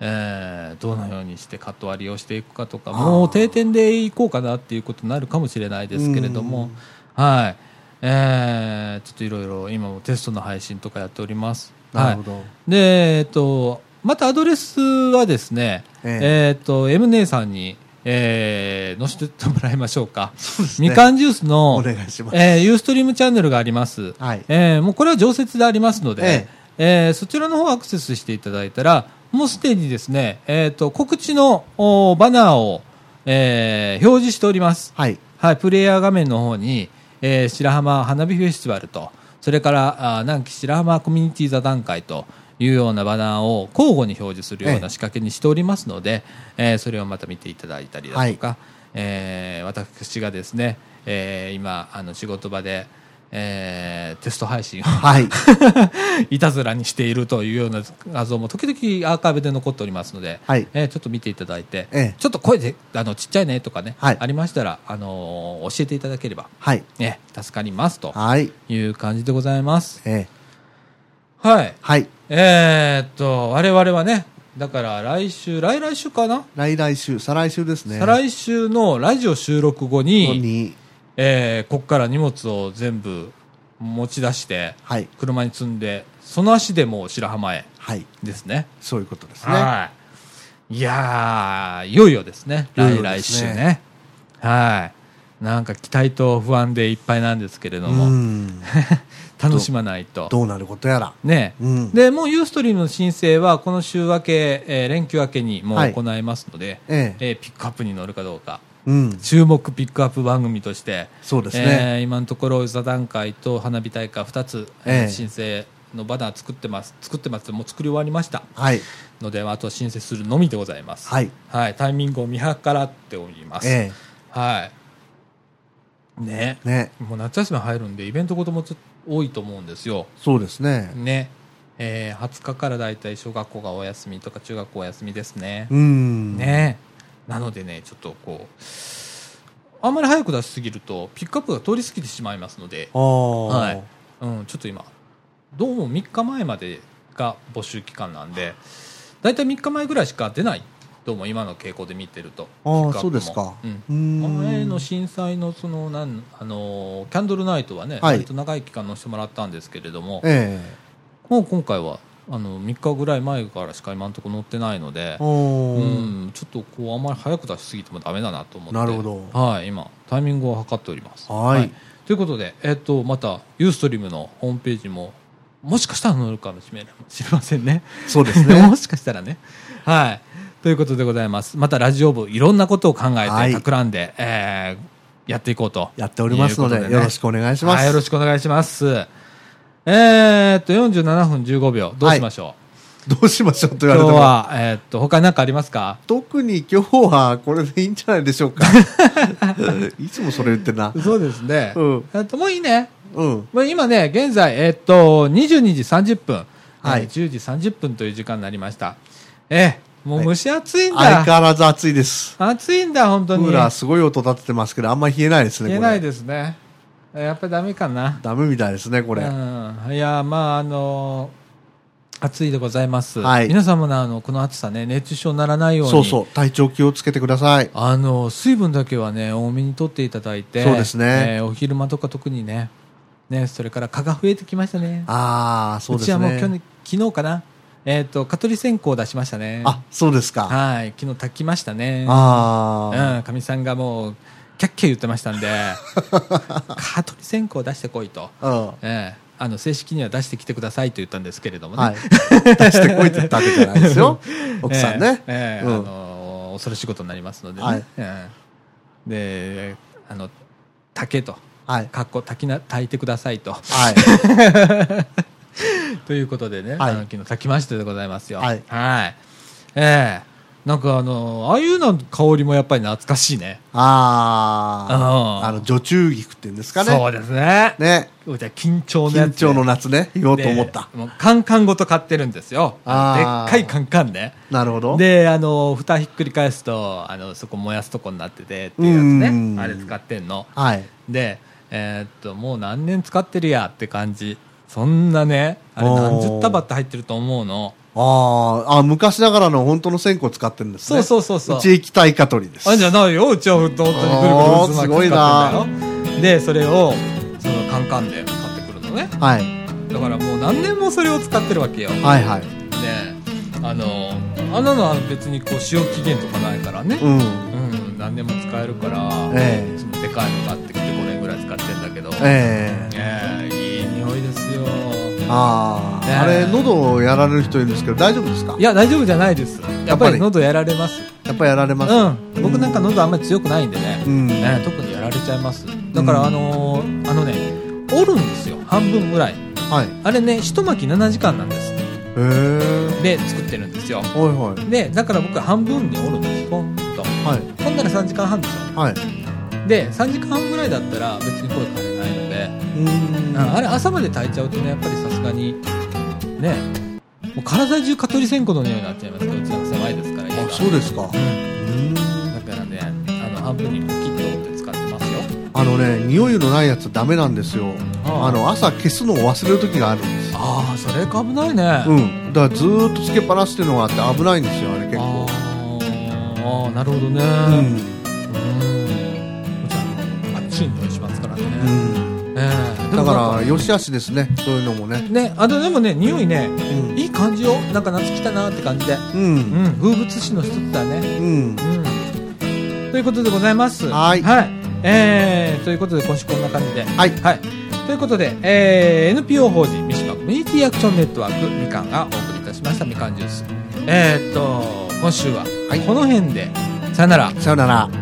Speaker 1: えーどのようにしてカット割りをしていくかとか
Speaker 2: あー
Speaker 1: もう定点でいこうかなっていうことになるかもしれないですけれども、はいえーちょっといろいろ今もテストの配信とかやっております。
Speaker 2: なるほど、
Speaker 1: で、えっと、またアドレスはですね、
Speaker 2: え
Speaker 1: えっと、M 姉さんに、えー、載せてもらいましょうか。
Speaker 2: ね
Speaker 1: みかんジュースの、
Speaker 2: お願いします
Speaker 1: えー、ユーストリームチャンネルがあります。
Speaker 2: はい
Speaker 1: えーもうこれは常設でありますので、
Speaker 2: え
Speaker 1: えーそちらの方アクセスしていただいたら、もうすでにですね、えっと、告知のおバナーを、えー表示しております。
Speaker 2: はい
Speaker 1: はい、プレイヤー画面の方に、えー白浜花火フェスティバルと、それからあー南紀白浜コミュニティ座談会というようなバナーを交互に表示するよう
Speaker 2: ええ
Speaker 1: な仕掛けにしておりますので、えーそれをまた見ていただいたりだとか、えー私がですね、えー今、あの仕事場で、えーテスト配信を
Speaker 2: はい
Speaker 1: *laughs* いたずらにしているというような画像も時々アーカイブで残っておりますので、
Speaker 2: はい
Speaker 1: えーちょっと見ていただいて、
Speaker 2: ええ
Speaker 1: ちょっと声であのちっちゃいねとかね、
Speaker 2: はい
Speaker 1: ありましたら、あのー教えていただければ、
Speaker 2: はい
Speaker 1: ね、助かりますと
Speaker 2: はい
Speaker 1: いう感じでございます。
Speaker 2: ええ
Speaker 1: はい。
Speaker 2: はい
Speaker 1: えー、っと、我々はね、だから来週、来来週かな、
Speaker 2: 来来週再来週ですね
Speaker 1: 再来週のラジオ収録後
Speaker 2: 週
Speaker 1: に、
Speaker 2: に
Speaker 1: えーこっから荷物を全部持ち出して、
Speaker 2: はい
Speaker 1: 車に積んで、その足でもう白浜へ
Speaker 2: はい
Speaker 1: ですね。
Speaker 2: そういうことですね
Speaker 1: はい。いやー、いよいよですね。
Speaker 2: いよい
Speaker 1: 来
Speaker 2: よで
Speaker 1: 来
Speaker 2: す
Speaker 1: 週
Speaker 2: ね
Speaker 1: ね。はい。なんか期待と不安でいっぱいなんですけれど
Speaker 2: う
Speaker 1: も、
Speaker 2: ん
Speaker 1: *laughs* 楽しまないと。
Speaker 2: どうなることやら
Speaker 1: ね。
Speaker 2: うん
Speaker 1: で、もうユーストリームの申請はこの週明け、えー連休明けにもう
Speaker 2: はい
Speaker 1: 行いますので、
Speaker 2: ええ
Speaker 1: えーピックアップに乗るかどうか。
Speaker 2: うん
Speaker 1: 注目ピックアップ番組として、
Speaker 2: そうですね
Speaker 1: えー今のところ座談会と花火大会2つ、えー
Speaker 2: ええ
Speaker 1: 申請のバナー作ってます。作ってます。もう作り終わりました。
Speaker 2: はい
Speaker 1: ので、あとは申請するのみでございます。
Speaker 2: はい。
Speaker 1: タイミングを見計らっております。
Speaker 2: え
Speaker 1: はい。ね。
Speaker 2: えね
Speaker 1: もう夏休み入るんで、イベントごともちょっと多いと思うんですよ。
Speaker 2: そうですね
Speaker 1: ね。えー、20日からだいたい小学校がお休みとか中学校お休みですね。
Speaker 2: うん
Speaker 1: ね。なのでね、ちょっとこう、あんまり早く出しすぎると、ピックアップが通り過ぎてしまいますので、
Speaker 2: ああ
Speaker 1: はいうん、ちょっと今どうも3日前までが募集期間なんで大体3日前ぐらいしか出ないどうも今の傾向で見てると
Speaker 2: あーそうですか
Speaker 1: ピックアップも
Speaker 2: う
Speaker 1: うん
Speaker 2: ん
Speaker 1: 前の震災のそのなん、あのーキャンドルナイトはね、
Speaker 2: はい
Speaker 1: 割と長い期間乗せてもらったんですけれども
Speaker 2: え
Speaker 1: もう今回はあの3日ぐらい前からしか今のところ乗ってないので
Speaker 2: えお
Speaker 1: う
Speaker 2: ー
Speaker 1: ん、ちょっとこうあんまり早く出しすぎてもダメだなと思って
Speaker 2: なるほど
Speaker 1: はい、今タイミングを図っております
Speaker 2: はい
Speaker 1: ということで、えっとまたユーストリームのホームページももしかしたら載るかもしれ *laughs* 知れませんね
Speaker 2: そうですね
Speaker 1: *laughs* もしかしたらねはいということでございますまたラジオ部いろんなことを考えて、
Speaker 2: はい
Speaker 1: 企んで、えーやっていこうと
Speaker 2: やっておりますの
Speaker 1: いう
Speaker 2: で
Speaker 1: ことね
Speaker 2: よろしくお願いしま
Speaker 1: はい
Speaker 2: す
Speaker 1: よろしくお願いしますえー、っと47分15秒どうしましょう、
Speaker 2: どうしましょうと言わ
Speaker 1: 今
Speaker 2: れ
Speaker 1: 日
Speaker 2: ても
Speaker 1: は、えーっと他何かありますか
Speaker 2: 特に今日はこれでいいんじゃないでしょ
Speaker 1: *laughs*
Speaker 2: うかいつもそれ言ってんな
Speaker 1: そうですね
Speaker 2: うん
Speaker 1: えっともういいね。
Speaker 2: うん
Speaker 1: もう今ね、現在、えっと、22時30分、
Speaker 2: はい
Speaker 1: えー10時30分という時間になりました。ええ、もう蒸し暑いんだ。
Speaker 2: 相変わらず暑いです
Speaker 1: 暑いんだ、本
Speaker 2: ク
Speaker 1: 当に。
Speaker 2: ーラーすごい音立ててますけどあんまり冷えないですね
Speaker 1: 言えない
Speaker 2: これ
Speaker 1: ですね。えーやっぱりダメかな。
Speaker 2: ダメみたいですねこれ、
Speaker 1: うん、いや、まあ、あのー暑いでございます。
Speaker 2: はい
Speaker 1: 皆様のあの、この暑さね、熱中症にならないように。
Speaker 2: そうそう体調気をつけてください
Speaker 1: あの水分だけはね多めに取っていただいて
Speaker 2: そうですね
Speaker 1: えーお昼間とか特にねねそれから蚊が増えてきましたね
Speaker 2: ああそうですね
Speaker 1: ちはもう去年昨日かなえっ、と蚊取り線香を出しましたね
Speaker 2: あそうですか
Speaker 1: はい昨日炊きましたね
Speaker 2: あ
Speaker 1: うんかみさんがもうキャッキャ言ってました
Speaker 2: *laughs*
Speaker 1: んで蚊取り線香を出してこいと、
Speaker 2: あ、うん
Speaker 1: ええあの正式には出してきてくださいと言ったんですけれどもね、
Speaker 2: はい。出してこいって言ったわけじゃないで
Speaker 1: *laughs*
Speaker 2: すよ。奥さんね。
Speaker 1: ええええ
Speaker 2: うん
Speaker 1: あの恐ろしいことになりますのでね、
Speaker 2: はい
Speaker 1: ええであの竹と
Speaker 2: はい。
Speaker 1: かっこ炊きな炊いてくださいと
Speaker 2: はい。
Speaker 1: *laughs* ということでね、
Speaker 2: はい
Speaker 1: あの昨日炊きましてでございますよ。
Speaker 2: はい
Speaker 1: ええなんかあの、ああいうの香りもやっぱり懐かしいね。うん
Speaker 2: あああの女中菊っていうんですかね
Speaker 1: そうですね。
Speaker 2: ね
Speaker 1: うちは緊張のや
Speaker 2: 緊
Speaker 1: つで
Speaker 2: 張の夏ね言おうと思った
Speaker 1: でもうカンカンごと買ってるんですよ。あ
Speaker 2: あ
Speaker 1: のでっかい
Speaker 2: ー
Speaker 1: カンカンね。
Speaker 2: なるほど
Speaker 1: で、あの、蓋ひっくり返すと、あの、そこ燃やすとこになっててっていうやつ
Speaker 2: うん
Speaker 1: ね。あれ使ってんの。
Speaker 2: はい
Speaker 1: で、えーっと、もう何年使ってるやって感じ。そんなね、あれ
Speaker 2: おー
Speaker 1: 何十束って入ってると思うの。
Speaker 2: あーあ昔ながらの本当の線香使ってるんです
Speaker 1: そ
Speaker 2: ね
Speaker 1: うそうそうそう。
Speaker 2: うち液体香取りです
Speaker 1: あじゃないよ、うちは本当に
Speaker 2: おー
Speaker 1: ぐるぐる渦巻き使ってんだよ。で、それを、そのカンカンで買ってくるのね。
Speaker 2: はい
Speaker 1: だからもう何年もそれを使ってるわけよ。
Speaker 2: はいはい
Speaker 1: ねあのあんなのは別にこう使用期限とかないからね、
Speaker 2: うん
Speaker 1: うん何年も使えるから、
Speaker 2: ええ
Speaker 1: そのでかいの買ってきて5年ぐらい使ってんだけど、
Speaker 2: ええ
Speaker 1: ええいい匂いですよねえ
Speaker 2: あああれ喉をやられる人いるんですけど大丈夫ですか
Speaker 1: いや大丈夫じゃないですや
Speaker 2: や
Speaker 1: っ
Speaker 2: っ
Speaker 1: ぱ
Speaker 2: ぱ
Speaker 1: り
Speaker 2: り
Speaker 1: 喉やられます
Speaker 2: やっぱりやられます
Speaker 1: うん僕なんか喉あんまり強くないんでね,、
Speaker 2: うん
Speaker 1: ね特にやられちゃいますだから
Speaker 2: うん
Speaker 1: あのーあのね折るんですよ半分ぐらい
Speaker 2: はいへ
Speaker 1: あれね一巻き7時間なんです
Speaker 2: え
Speaker 1: で作ってるんですよ
Speaker 2: はいはい
Speaker 1: でだから僕は半分に折るんですポンと
Speaker 2: はい
Speaker 1: ほんなら3時間半でしょ
Speaker 2: はい
Speaker 1: で3時間半ぐらいだったら別に声かけないので、
Speaker 2: うーん
Speaker 1: あれ朝まで炊いちゃうとねやっぱりさすがにねもう体中蚊取り線香の匂いになっちゃいますからうちは狭いですから家が
Speaker 2: あそうですかう
Speaker 1: うん
Speaker 2: ーん
Speaker 1: だからねあの半分に切って折って使ってますよ
Speaker 2: あのね匂いのないやつダメなんですよ
Speaker 1: ああ
Speaker 2: あの朝消すのを忘れる時があるんです
Speaker 1: ああそれかぶないね、
Speaker 2: う
Speaker 1: あ
Speaker 2: んだからずーっとつけっぱなしっていうのがあって危ないんですよあれ結構
Speaker 1: ーあーなるほどね
Speaker 2: う
Speaker 1: うん
Speaker 2: ん
Speaker 1: うちはあっちに匂いしますからね、
Speaker 2: うん
Speaker 1: ええで
Speaker 2: だ
Speaker 1: も
Speaker 2: か
Speaker 1: なん
Speaker 2: ら良し悪しですねそういうのもね
Speaker 1: ねあとでもね匂いね
Speaker 2: うん
Speaker 1: いい感じよなんか夏来たなって感じで
Speaker 2: うん
Speaker 1: うん、風物詩の一つだね。
Speaker 2: うん
Speaker 1: うん。ということでございます。
Speaker 2: はい
Speaker 1: えー、ということで今週こんな感じで。
Speaker 2: はい
Speaker 1: はい。ということで、えー、NPO 法人三島コミュニティアクションネットワークみかんがお送りいたしましたみかんジュース。えー、っと、今週は、
Speaker 2: はい
Speaker 1: この辺で、さよなら。
Speaker 2: さよなら